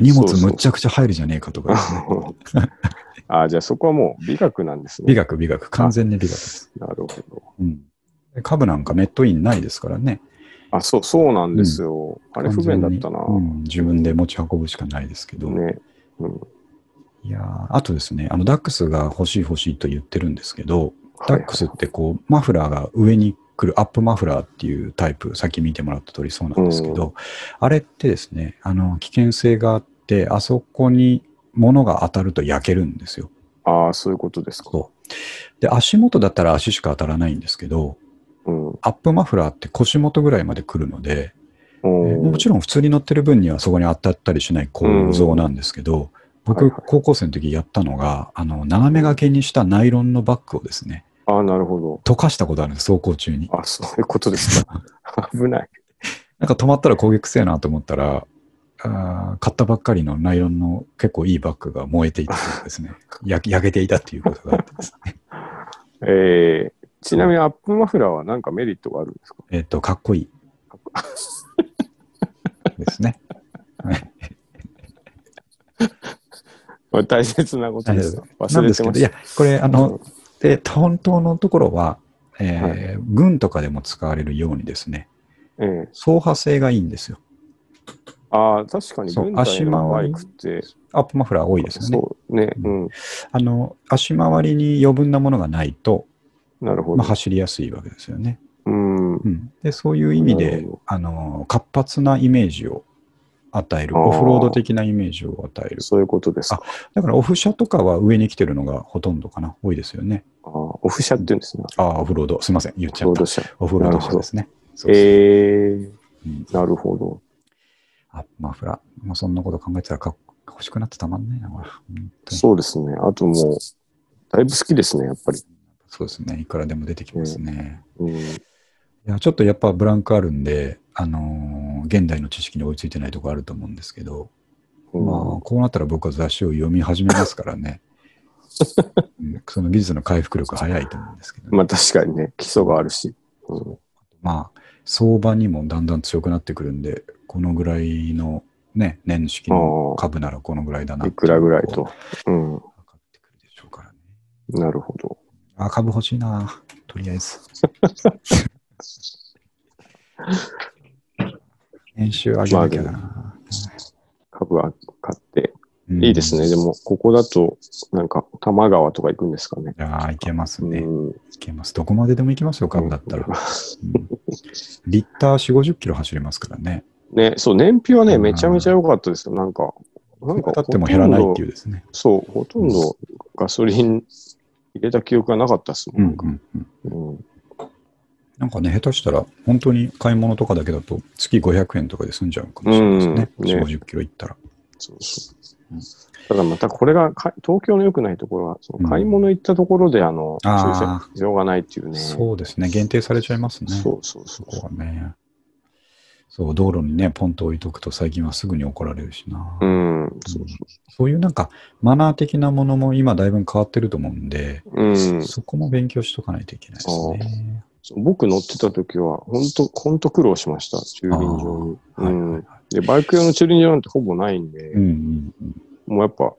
Speaker 1: 荷物
Speaker 2: そうそう
Speaker 1: むちゃくちゃ入るじゃねえかとかですね。
Speaker 2: あじゃあそこはもう美学なんですね。
Speaker 1: 美。学、美学、完全に美学です。
Speaker 2: なるほど。
Speaker 1: うん、で株なんかメットインないですからね。
Speaker 2: あ、そう、そうなんですよ。あれ不便だったな。
Speaker 1: 完全にうん。自分で持ち運ぶしかないですけど。
Speaker 2: ね。うん。
Speaker 1: いやーあとですね、あの、ダックスが欲しい欲しいと言ってるんですけど、
Speaker 2: はい
Speaker 1: ダ
Speaker 2: はい
Speaker 1: ックスってこう、マフラーが上に来るアップマフラーっていうタイプ、さっき見てもらった通りそうなんですけど、あれってですね、あの、危険性があって、あそこに物が当たると焼けるんですよ。
Speaker 2: ああ、そういうことですか。
Speaker 1: そう。で、足元だったら足しか当たらないんですけど、
Speaker 2: うん。
Speaker 1: アップマフラーって腰元ぐらいまで来るので、えー
Speaker 2: も
Speaker 1: もちろん普通に乗ってる分にはそこに当たったりしない構造なんですけど、
Speaker 2: はい
Speaker 1: 僕、
Speaker 2: はい
Speaker 1: 高校生の時やったのが、あの、斜め掛けにしたナイロンのバッグをですね、
Speaker 2: ああ、なるほど。
Speaker 1: 溶かしたことあるんです、走行中に。
Speaker 2: あそういうことで すか。危ない。
Speaker 1: なんか止まったら攻撃せえなと思ったら、あー買ったばっかりのナイロンの結構いいバッグが燃えていたという ですね、焼け焼けていたっていうことがあってですね、
Speaker 2: えー、ちなみにアップマフラーは何かメリットがあるんですか
Speaker 1: えっと、かっこいいですね。
Speaker 2: これ大切なことですよ。
Speaker 1: な
Speaker 2: 忘
Speaker 1: ん
Speaker 2: れ
Speaker 1: です
Speaker 2: て
Speaker 1: け
Speaker 2: ま
Speaker 1: ど、い
Speaker 2: した
Speaker 1: や。、これ、あの
Speaker 2: う、ん
Speaker 1: で、本当のところは、えー軍とかでも使われるようにですね、
Speaker 2: ええ
Speaker 1: 走破性がいいんですよ。
Speaker 2: ああ、確かに
Speaker 1: そう
Speaker 2: 軍隊のバイクって、
Speaker 1: アップマフラー多いですよね。
Speaker 2: そうね。
Speaker 1: う
Speaker 2: うん。
Speaker 1: あの、足回りに余分なものがないと、
Speaker 2: なるほ
Speaker 1: ま
Speaker 2: ど
Speaker 1: あ、。走りやすいわけですよね。
Speaker 2: うん。
Speaker 1: うん、で、そういう意味
Speaker 2: な
Speaker 1: で
Speaker 2: るほど、
Speaker 1: あの、活発なイメージを与える。
Speaker 2: あー
Speaker 1: オフロード的なイメージを与える。
Speaker 2: そういうことですか。
Speaker 1: だから、オフ車とかは上に来てるのがほとんどかな。多いですよね。
Speaker 2: ああオフ車って言うんですね。
Speaker 1: ああ、オフロード。すいません。言っ
Speaker 2: オ
Speaker 1: ち
Speaker 2: フ
Speaker 1: ゃっ
Speaker 2: ロー
Speaker 1: た
Speaker 2: ド。車。
Speaker 1: オフロード
Speaker 2: なる
Speaker 1: 車
Speaker 2: ほど
Speaker 1: ですね。そうそう
Speaker 2: ええ
Speaker 1: うん
Speaker 2: なるほど。
Speaker 1: あマフラー。もうそんなこと考えてたらかっ欲しくなってたまんないな、これ。本当に
Speaker 2: そうですね。あともう、だいぶ好きですね、やっぱり。
Speaker 1: そうですね。いくらでも出てきますね。
Speaker 2: うん。
Speaker 1: いや、ちょっとやっぱブランクあるんで、あのー現代の知識に追いついてないとこあると思うんですけど、まあ、こうなったら僕は雑誌を読み始めますから ね。うんその技術の回復力早いと思うんですけど、
Speaker 2: まあ確かにね、基礎があるし。うん
Speaker 1: まあ、相場にもだんだん強くなってくるんで、このぐらいのね、年式の株ならこのぐらいだなって
Speaker 2: いうくらぐらいと。うん。
Speaker 1: 分かってくるでしょうからね。
Speaker 2: なるほど。
Speaker 1: あ、株欲しいな。とりあえ ず。年収上げなきゃな。
Speaker 2: 株は買って。
Speaker 1: うん
Speaker 2: いいですね。。でも、ここだと、なんか、多摩川とか行くんですかね。
Speaker 1: いやーいけますね。い
Speaker 2: うん
Speaker 1: けます。どこまででもいきますよ、株だったら。うんリッター4、50キロ走りますからね。
Speaker 2: ね、そう、燃費はね、
Speaker 1: うん
Speaker 2: めちゃめちゃ良かったですよ。なんか、なんか。
Speaker 1: 経っても減らないっていううですね。
Speaker 2: そう、ほとんどガソリン入れた記憶がなかったですも。
Speaker 1: うんんうんうん。
Speaker 2: うん
Speaker 1: なんかね、下手したら、本当に買い物とかだけだと、月500円とかで済んじゃうかもしれないですね。
Speaker 2: うん
Speaker 1: 4、50キロいったら。
Speaker 2: そうそう
Speaker 1: うん
Speaker 2: ただまたこれがか東京の良くないところは、その買い物行ったところで、あの、
Speaker 1: あ
Speaker 2: 駐車場がないっていうね。
Speaker 1: そうですね。限定されちゃいますね。
Speaker 2: そうそうそ
Speaker 1: そうこはね。そう、道路にね、ポンと置いとくと最近はすぐに怒られるしな。
Speaker 2: うん、そう
Speaker 1: そういうなんか、マナー的なものも今だいぶ変わってると思うんで、
Speaker 2: そう。うん。
Speaker 1: そこも勉強しとかないといけないですね。
Speaker 2: そう僕乗ってた時は、本 当本当苦労しました、駐輪場に。
Speaker 1: あーはいはいは
Speaker 2: う
Speaker 1: い
Speaker 2: んで、バイク用の駐輪場なんてほぼないんで、
Speaker 1: うんうんうん。
Speaker 2: もうやっぱ、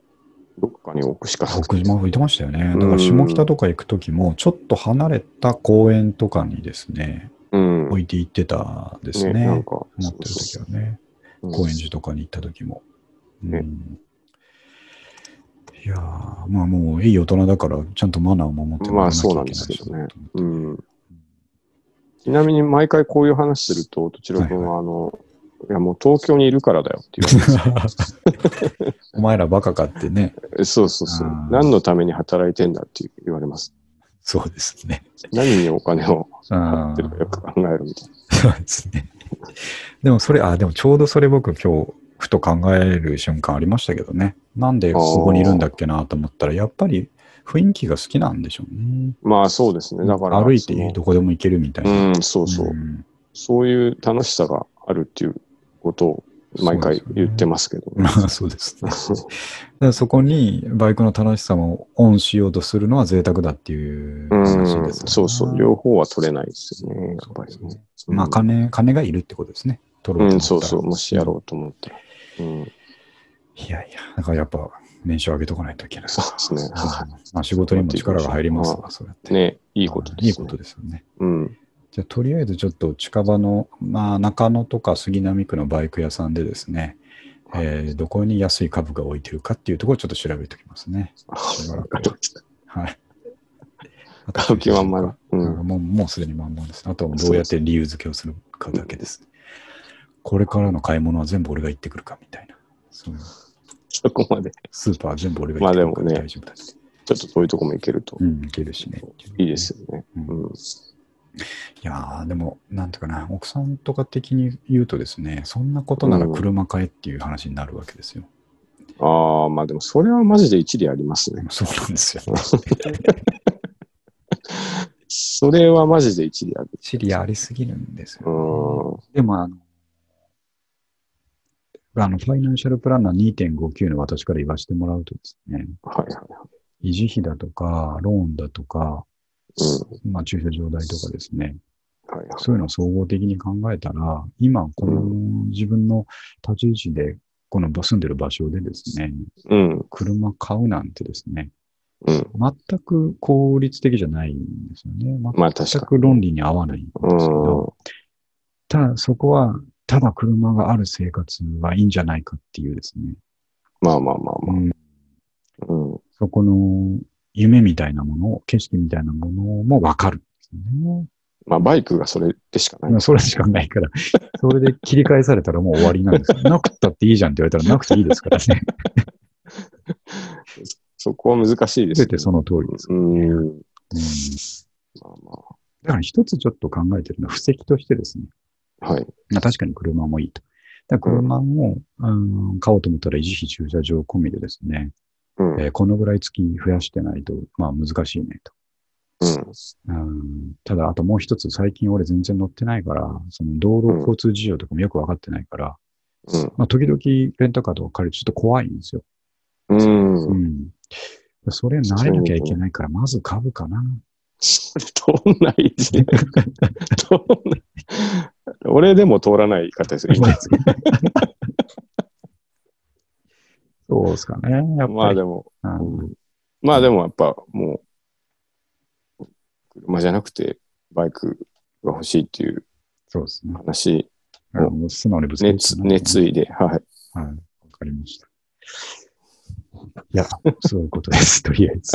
Speaker 2: どっかに置くしかな
Speaker 1: 僕
Speaker 2: くて。
Speaker 1: も言ってましたよね。
Speaker 2: うん
Speaker 1: だから下北とか行くときも、ちょっと離れた公園とかにですね、
Speaker 2: うん。
Speaker 1: 置いて行ってたですね。
Speaker 2: な
Speaker 1: 持
Speaker 2: んか、
Speaker 1: ってる時
Speaker 2: は。
Speaker 1: はね。
Speaker 2: うん
Speaker 1: 高円寺とかに行った時も。うん
Speaker 2: ね
Speaker 1: いやーまあもういい大人だから、ちゃんとマナーを守ってもらわなきゃいけないし
Speaker 2: まあそうなんですけうん。ちなみに毎回こういう話すると、とちろくんは、あの、いやもう東京にいるからだよっていう。
Speaker 1: お前らバカかってね。
Speaker 2: えそうそうそう
Speaker 1: あー。
Speaker 2: 何のために働いてんだって言われます。
Speaker 1: そうです ね。
Speaker 2: 何にお金を払ってるかよく考えるみたいな。
Speaker 1: そうですね。でもそれ、あ、でもちょうどそれ僕今日、ふと考える瞬間ありましたけどね。なんでここにいるんだっけなと思ったら、やっぱり雰囲気が好きなんでしょうね。
Speaker 2: まあそうですね。だから。
Speaker 1: 歩いてどこでも行けるみたいな。
Speaker 2: うん、そうそう。
Speaker 1: ん
Speaker 2: そういう楽しさがあるっていうことを毎回言ってますけど、
Speaker 1: まあ そうですね。だからそこにバイクの楽しさもオンしようとするのは贅沢だっていう
Speaker 2: う
Speaker 1: 話ですよね、
Speaker 2: ん、そうそう。両方は取れないですよね。やっぱり
Speaker 1: そうです
Speaker 2: ね
Speaker 1: ね。まあ金、金がいるってことですね。取
Speaker 2: う
Speaker 1: ろうと思
Speaker 2: ん、
Speaker 1: ったら
Speaker 2: そうそう。もしやろうと思ったら。うん、
Speaker 1: いやいや、だからやっぱ年収上げとかないといけない。
Speaker 2: そうですね。は
Speaker 1: うんまあ仕事にも力が入りますから、そうやっ
Speaker 2: い
Speaker 1: て。
Speaker 2: ね、いいことです、ね。
Speaker 1: いいことですよね。
Speaker 2: うん。
Speaker 1: じゃあ、とりあえずちょっと近場の、まあ、中野とか杉並区のバイク屋さんでですね、えーどこに安い株が置いてるかっていうところをちょっと調べておきます ね。しばらくはい。
Speaker 2: 買う気はまだ。
Speaker 1: う
Speaker 2: う。
Speaker 1: んんもう、もうすでに満々です。あとはどうやって理由付けをするかだけです。これからの買い物は全部俺が行ってくるかみたいな。そういう
Speaker 2: そこまで。
Speaker 1: スーパーは全部俺が行ってくるから
Speaker 2: まあでもね
Speaker 1: 大丈夫だって。
Speaker 2: ちょっと遠いとこも行けると
Speaker 1: うん、行けるしね。
Speaker 2: いいですよね。
Speaker 1: うん
Speaker 2: うん。
Speaker 1: いやーでも、なんていうかな、奥さんとか的に言うとですね、そんなことなら車買えっていう話になるわけですよ。
Speaker 2: ああ、まあでもそれはマジで一理ありますね。
Speaker 1: そうなんですよ。
Speaker 2: それはマジで一理ある。
Speaker 1: 知りありすぎるんです
Speaker 2: う
Speaker 1: よ、
Speaker 2: ん。
Speaker 1: でもあの、あの、ファイナンシャルプランナー2.59の私から言わせてもらうとですね、
Speaker 2: はいは
Speaker 1: 維持費だとか、ローンだとか、
Speaker 2: い。うん。
Speaker 1: まあ、駐車場代とかですね、
Speaker 2: はいはい。
Speaker 1: そういうのを総合的に考えたら、今、この自分の立ち位置で、この住んでる場所でですね、
Speaker 2: うん。
Speaker 1: 車買うなんてですね、
Speaker 2: うん。
Speaker 1: 全く効率的じゃないんですよね。
Speaker 2: まあ確
Speaker 1: 全
Speaker 2: か
Speaker 1: く論理に合わないんですけ
Speaker 2: に。うん
Speaker 1: ど、。ただそこは、ただ車がある生活はいいんじゃないかっていうですね、
Speaker 2: まあまあまあまあ。
Speaker 1: うん
Speaker 2: うん。
Speaker 1: そこの夢みたいなものを、景色みたいなものもわかるんですよね。
Speaker 2: まあバイクがそれでしかない
Speaker 1: まあ。それしかないから、 それで切り返されたらもう終わりなんですよ。なくったっていいじゃんって言われたらなくていいです からね。
Speaker 2: そこは難しいです
Speaker 1: 全
Speaker 2: よね
Speaker 1: てその通りです。
Speaker 2: うん。
Speaker 1: うん
Speaker 2: まあま
Speaker 1: だから一つちょっと考えてるのは、布石としてですね、
Speaker 2: あ。はい。
Speaker 1: まあ、確かに車もいいと。だから車を、うん買おうと思ったら維持費駐車場込みでですね、
Speaker 2: うん。
Speaker 1: えーこのぐらい月増やしてないと、まあ難しいねと。
Speaker 2: うん。
Speaker 1: うんただ、あともう一つ、最近俺全然乗ってないから、その道路交通事情とかもよくわかってないから、
Speaker 2: うん。
Speaker 1: まあ時々レンタカーとか借りるとちょっと怖いんですよ。
Speaker 2: うん。
Speaker 1: うん。それ慣れなきゃいけないから、まず株かな。
Speaker 2: それどんな意 地どんな俺でも通らない方ですよ、今
Speaker 1: そうですかね。やっ
Speaker 2: ま
Speaker 1: ぱ
Speaker 2: あ
Speaker 1: り。
Speaker 2: でも、
Speaker 1: うん
Speaker 2: まあでもやっぱもう、車じゃなくてバイクが欲しいっていう
Speaker 1: そうですね。
Speaker 2: 話、
Speaker 1: あの素直にぶつけて
Speaker 2: 熱、熱意で、はい。
Speaker 1: はい、わかりました。いや、そういうこと です、とりあえず。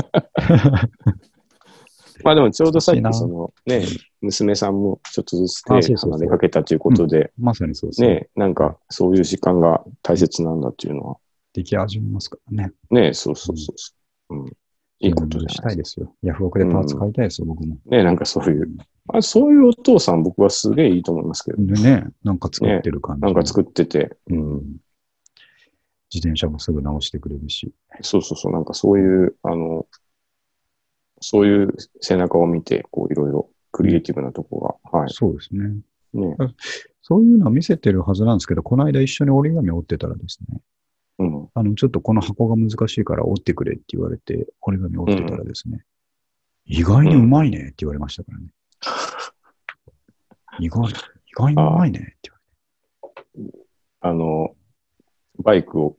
Speaker 2: まあでもちょうどさっ
Speaker 1: 欲しいな
Speaker 2: きそのね、娘さんもちょっとずつ
Speaker 1: あそう
Speaker 2: 手
Speaker 1: そうそう
Speaker 2: 離れかけたということで、
Speaker 1: まさにそうですね。
Speaker 2: ね、なんかそういう時間が大切なんだっていうのは、
Speaker 1: 出来始めますからね。
Speaker 2: ね、そうそうそうそう。うん。いいことじゃ
Speaker 1: し
Speaker 2: な
Speaker 1: た
Speaker 2: い
Speaker 1: い
Speaker 2: で
Speaker 1: ですよ。ヤフオクでパーツ買いたいですよ、僕も。
Speaker 2: すか。ね、なんかそういうまあ、そういうお父さん、僕はすげえいいと思いますけど、
Speaker 1: でね、なんか作ってる感じ。
Speaker 2: なんか作ってて、
Speaker 1: うん。自転車もすぐ直してくれるし。
Speaker 2: そうそうそう、なんかそういう、あの、そういう背中を見て、こう、いろいろクリエイティブなとこが、はい。
Speaker 1: そうですね。
Speaker 2: ね、
Speaker 1: そういうのは見せてるはずなんですけど、この間一緒に折り紙折ってたらですね、
Speaker 2: うん。
Speaker 1: あの、ちょっとこの箱が難しいから折ってくれって言われて、折り紙折ってたらですね、意外にうまいねって言われましたからね。意外、意外にうまいねって言われて。
Speaker 2: あの、バイクを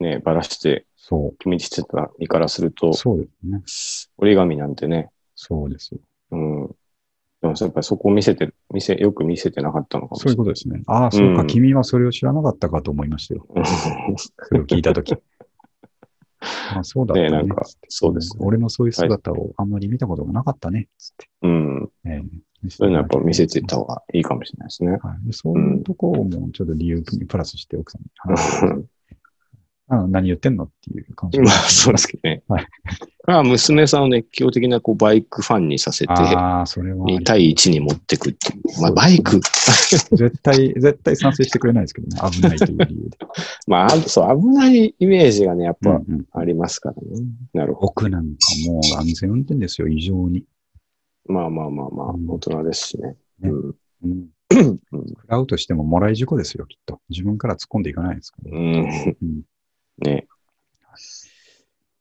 Speaker 2: ね、ばらして、
Speaker 1: そ
Speaker 2: 決めにしてた身からすると
Speaker 1: う。、そうですね。
Speaker 2: 折り紙なんてね、
Speaker 1: そうです。
Speaker 2: うん。でもやっぱりそこを見せて、見せ、よく見せてなかったのかもし
Speaker 1: そういう
Speaker 2: れない。
Speaker 1: ことですね。ああ、そうか、
Speaker 2: うん
Speaker 1: 君はそれを知らなかったかと思いましたよ。
Speaker 2: うん
Speaker 1: それを聞いたとき。あそうだったね。
Speaker 2: ねなんか
Speaker 1: つって
Speaker 2: そうですね
Speaker 1: 俺のそういう姿をあんまり見たことがなかったね。つって。
Speaker 2: うん。
Speaker 1: ええ
Speaker 2: そういうのはやっぱ見せていった方がいいかもしれないですね。
Speaker 1: はい、でそういうところもちょっと理由にプラスして奥さんに話して、
Speaker 2: うん
Speaker 1: あ何言ってんのっていう感じ。
Speaker 2: まあ、そうですけどね。
Speaker 1: はい
Speaker 2: まあ、娘さんを熱狂的なこうバイクファンにさせて、
Speaker 1: ああ、それは。
Speaker 2: 2対1に持ってくっていう。まあ、
Speaker 1: そう
Speaker 2: バイク、
Speaker 1: 絶対、絶対賛成してくれないですけどね。危ないという理由で。
Speaker 2: まあ、そう、危ないイメージがね、やっ
Speaker 1: うん
Speaker 2: ぱ
Speaker 1: うん
Speaker 2: ありますからね。なるほ
Speaker 1: 僕なんかもう安全運転ですよ、異常に。
Speaker 2: ど。まあまあまあまあ、
Speaker 1: うん
Speaker 2: 大人ですしね。う
Speaker 1: ね
Speaker 2: ん。
Speaker 1: うん。
Speaker 2: うん
Speaker 1: 食らうとしてももらい事故ですよ、きっと。自分から突っ込んでいかないですから、
Speaker 2: うん。
Speaker 1: うん
Speaker 2: ね。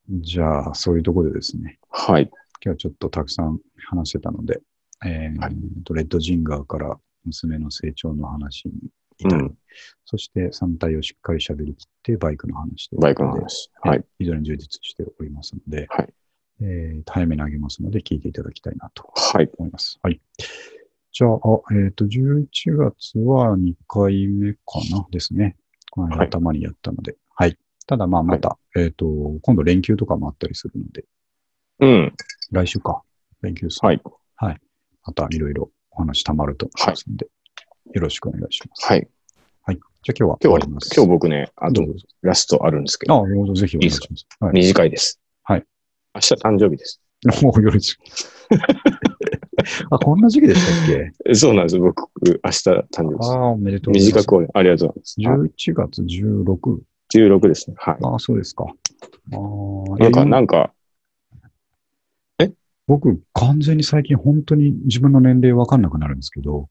Speaker 1: じゃあ、そういうところでですね、
Speaker 2: はい。
Speaker 1: 今日はちょっとたくさん話してたので、えー
Speaker 2: はい
Speaker 1: とレッドジンガーから娘の成長の話に至り、
Speaker 2: うん
Speaker 1: そして三体をしっかり喋りきって、バイクの話ということで
Speaker 2: バイクの話。はい。
Speaker 1: 非常に充実しておりますので、
Speaker 2: はい
Speaker 1: えー早めにあげますので、聞いていただきたいなと
Speaker 2: はい。
Speaker 1: 思います。はい。じゃあ、あえっ、と、11月は2回目かなですね。この
Speaker 2: は
Speaker 1: 間
Speaker 2: い
Speaker 1: たまにやったので。はい。ただ、まあ、また、えっ、と、今度連休とかもあったりするので、
Speaker 2: うん。
Speaker 1: 来週か。連休ですね
Speaker 2: はい。
Speaker 1: またいろいろお話たまると思いますので、よろしくお願いします。
Speaker 2: はい。
Speaker 1: はい。じゃあ今日は
Speaker 2: 今日は、
Speaker 1: 終わり
Speaker 2: 今
Speaker 1: ます
Speaker 2: 日僕ね、あと
Speaker 1: どうぞ
Speaker 2: ラストあるんですけ
Speaker 1: あ、
Speaker 2: ど、
Speaker 1: なるほどぜひお願いします。はい。
Speaker 2: 短いです。
Speaker 1: はい。
Speaker 2: 明日誕生日です。
Speaker 1: もうよろしく。あ、こんな時期でしたっけ
Speaker 2: えそうなんです。僕、明日誕生日
Speaker 1: あ
Speaker 2: です。
Speaker 1: あ、おめでとうございま
Speaker 2: 短
Speaker 1: す。
Speaker 2: く終わりありがとうございます。
Speaker 1: 11月16。
Speaker 2: 16ですね。はい。
Speaker 1: ああ、そうですか。ああ、
Speaker 2: なんか、
Speaker 1: いや
Speaker 2: なんか、
Speaker 1: 僕、完全に最近本当に自分の年齢わかんなくなるんですけど、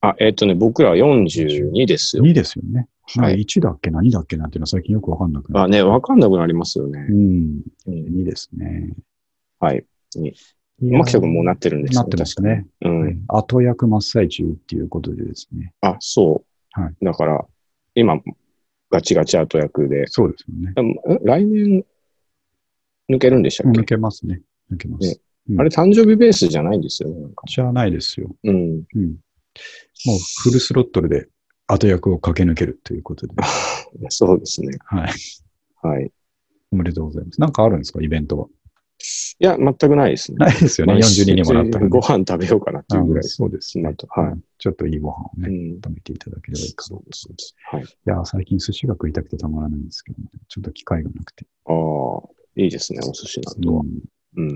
Speaker 2: あ、えっ、とね、僕らは42ですよ。
Speaker 1: 2ですよね。
Speaker 2: は
Speaker 1: はいい、1だっけな、2だっけなっていうのは最近よくわかんなくな
Speaker 2: あ
Speaker 1: る。
Speaker 2: ね、わかんなくなりますよ
Speaker 1: う
Speaker 2: ね。
Speaker 1: ん、
Speaker 2: うん、
Speaker 1: 2ですね。
Speaker 2: はい。
Speaker 1: いや
Speaker 2: 牧田君もうなってるんですよ
Speaker 1: なってますね。
Speaker 2: 確かにうん。
Speaker 1: 後役真っ最中っていうことでですね。
Speaker 2: あ、そう。
Speaker 1: はい
Speaker 2: だから、今、ガチガチ後役で、
Speaker 1: そうですよね。
Speaker 2: でもえ来年、抜けるんでしたっけ、
Speaker 1: 抜けますね。抜けま
Speaker 2: ね
Speaker 1: す。うん
Speaker 2: あれ、誕生日ベースじゃないんですよね。なんか
Speaker 1: じゃないですよ。
Speaker 2: うん。
Speaker 1: うん。もうフルスロットルで後役を駆け抜けるということで。
Speaker 2: そうですね。
Speaker 1: はい。
Speaker 2: はい。い
Speaker 1: おめでとうございます。なんかあるんですかイベントは。
Speaker 2: や、全くないですね。
Speaker 1: ないですよね。
Speaker 2: まあ
Speaker 1: 42にもなったらね
Speaker 2: ご飯食べようかなっていうぐらい
Speaker 1: あそうです
Speaker 2: ね
Speaker 1: ね。
Speaker 2: はい
Speaker 1: うんちょっといいご飯を
Speaker 2: う
Speaker 1: ね、
Speaker 2: ん。
Speaker 1: 食べていただければいいかと。
Speaker 2: そうですはい。
Speaker 1: いやー、最近寿司が食いたくてたまらないんですけど、ちょっと機会がなくて、
Speaker 2: ああ、いいですね、お寿司なんとは
Speaker 1: う。ん
Speaker 2: う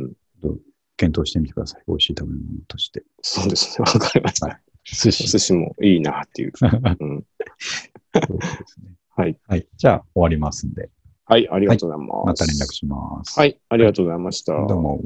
Speaker 2: ん。
Speaker 1: 検討してみてください。美味しい食べ物として。
Speaker 2: そうですね、わかりました。
Speaker 1: はい寿
Speaker 2: お
Speaker 1: 司。
Speaker 2: 寿司もいいなっていう。うん、
Speaker 1: そうですね
Speaker 2: はい。
Speaker 1: はい。じゃあ、終わりますんで、
Speaker 2: はい、ありがとうございます。
Speaker 1: また連絡します。
Speaker 2: はい、ありがとうございました。
Speaker 1: どうも。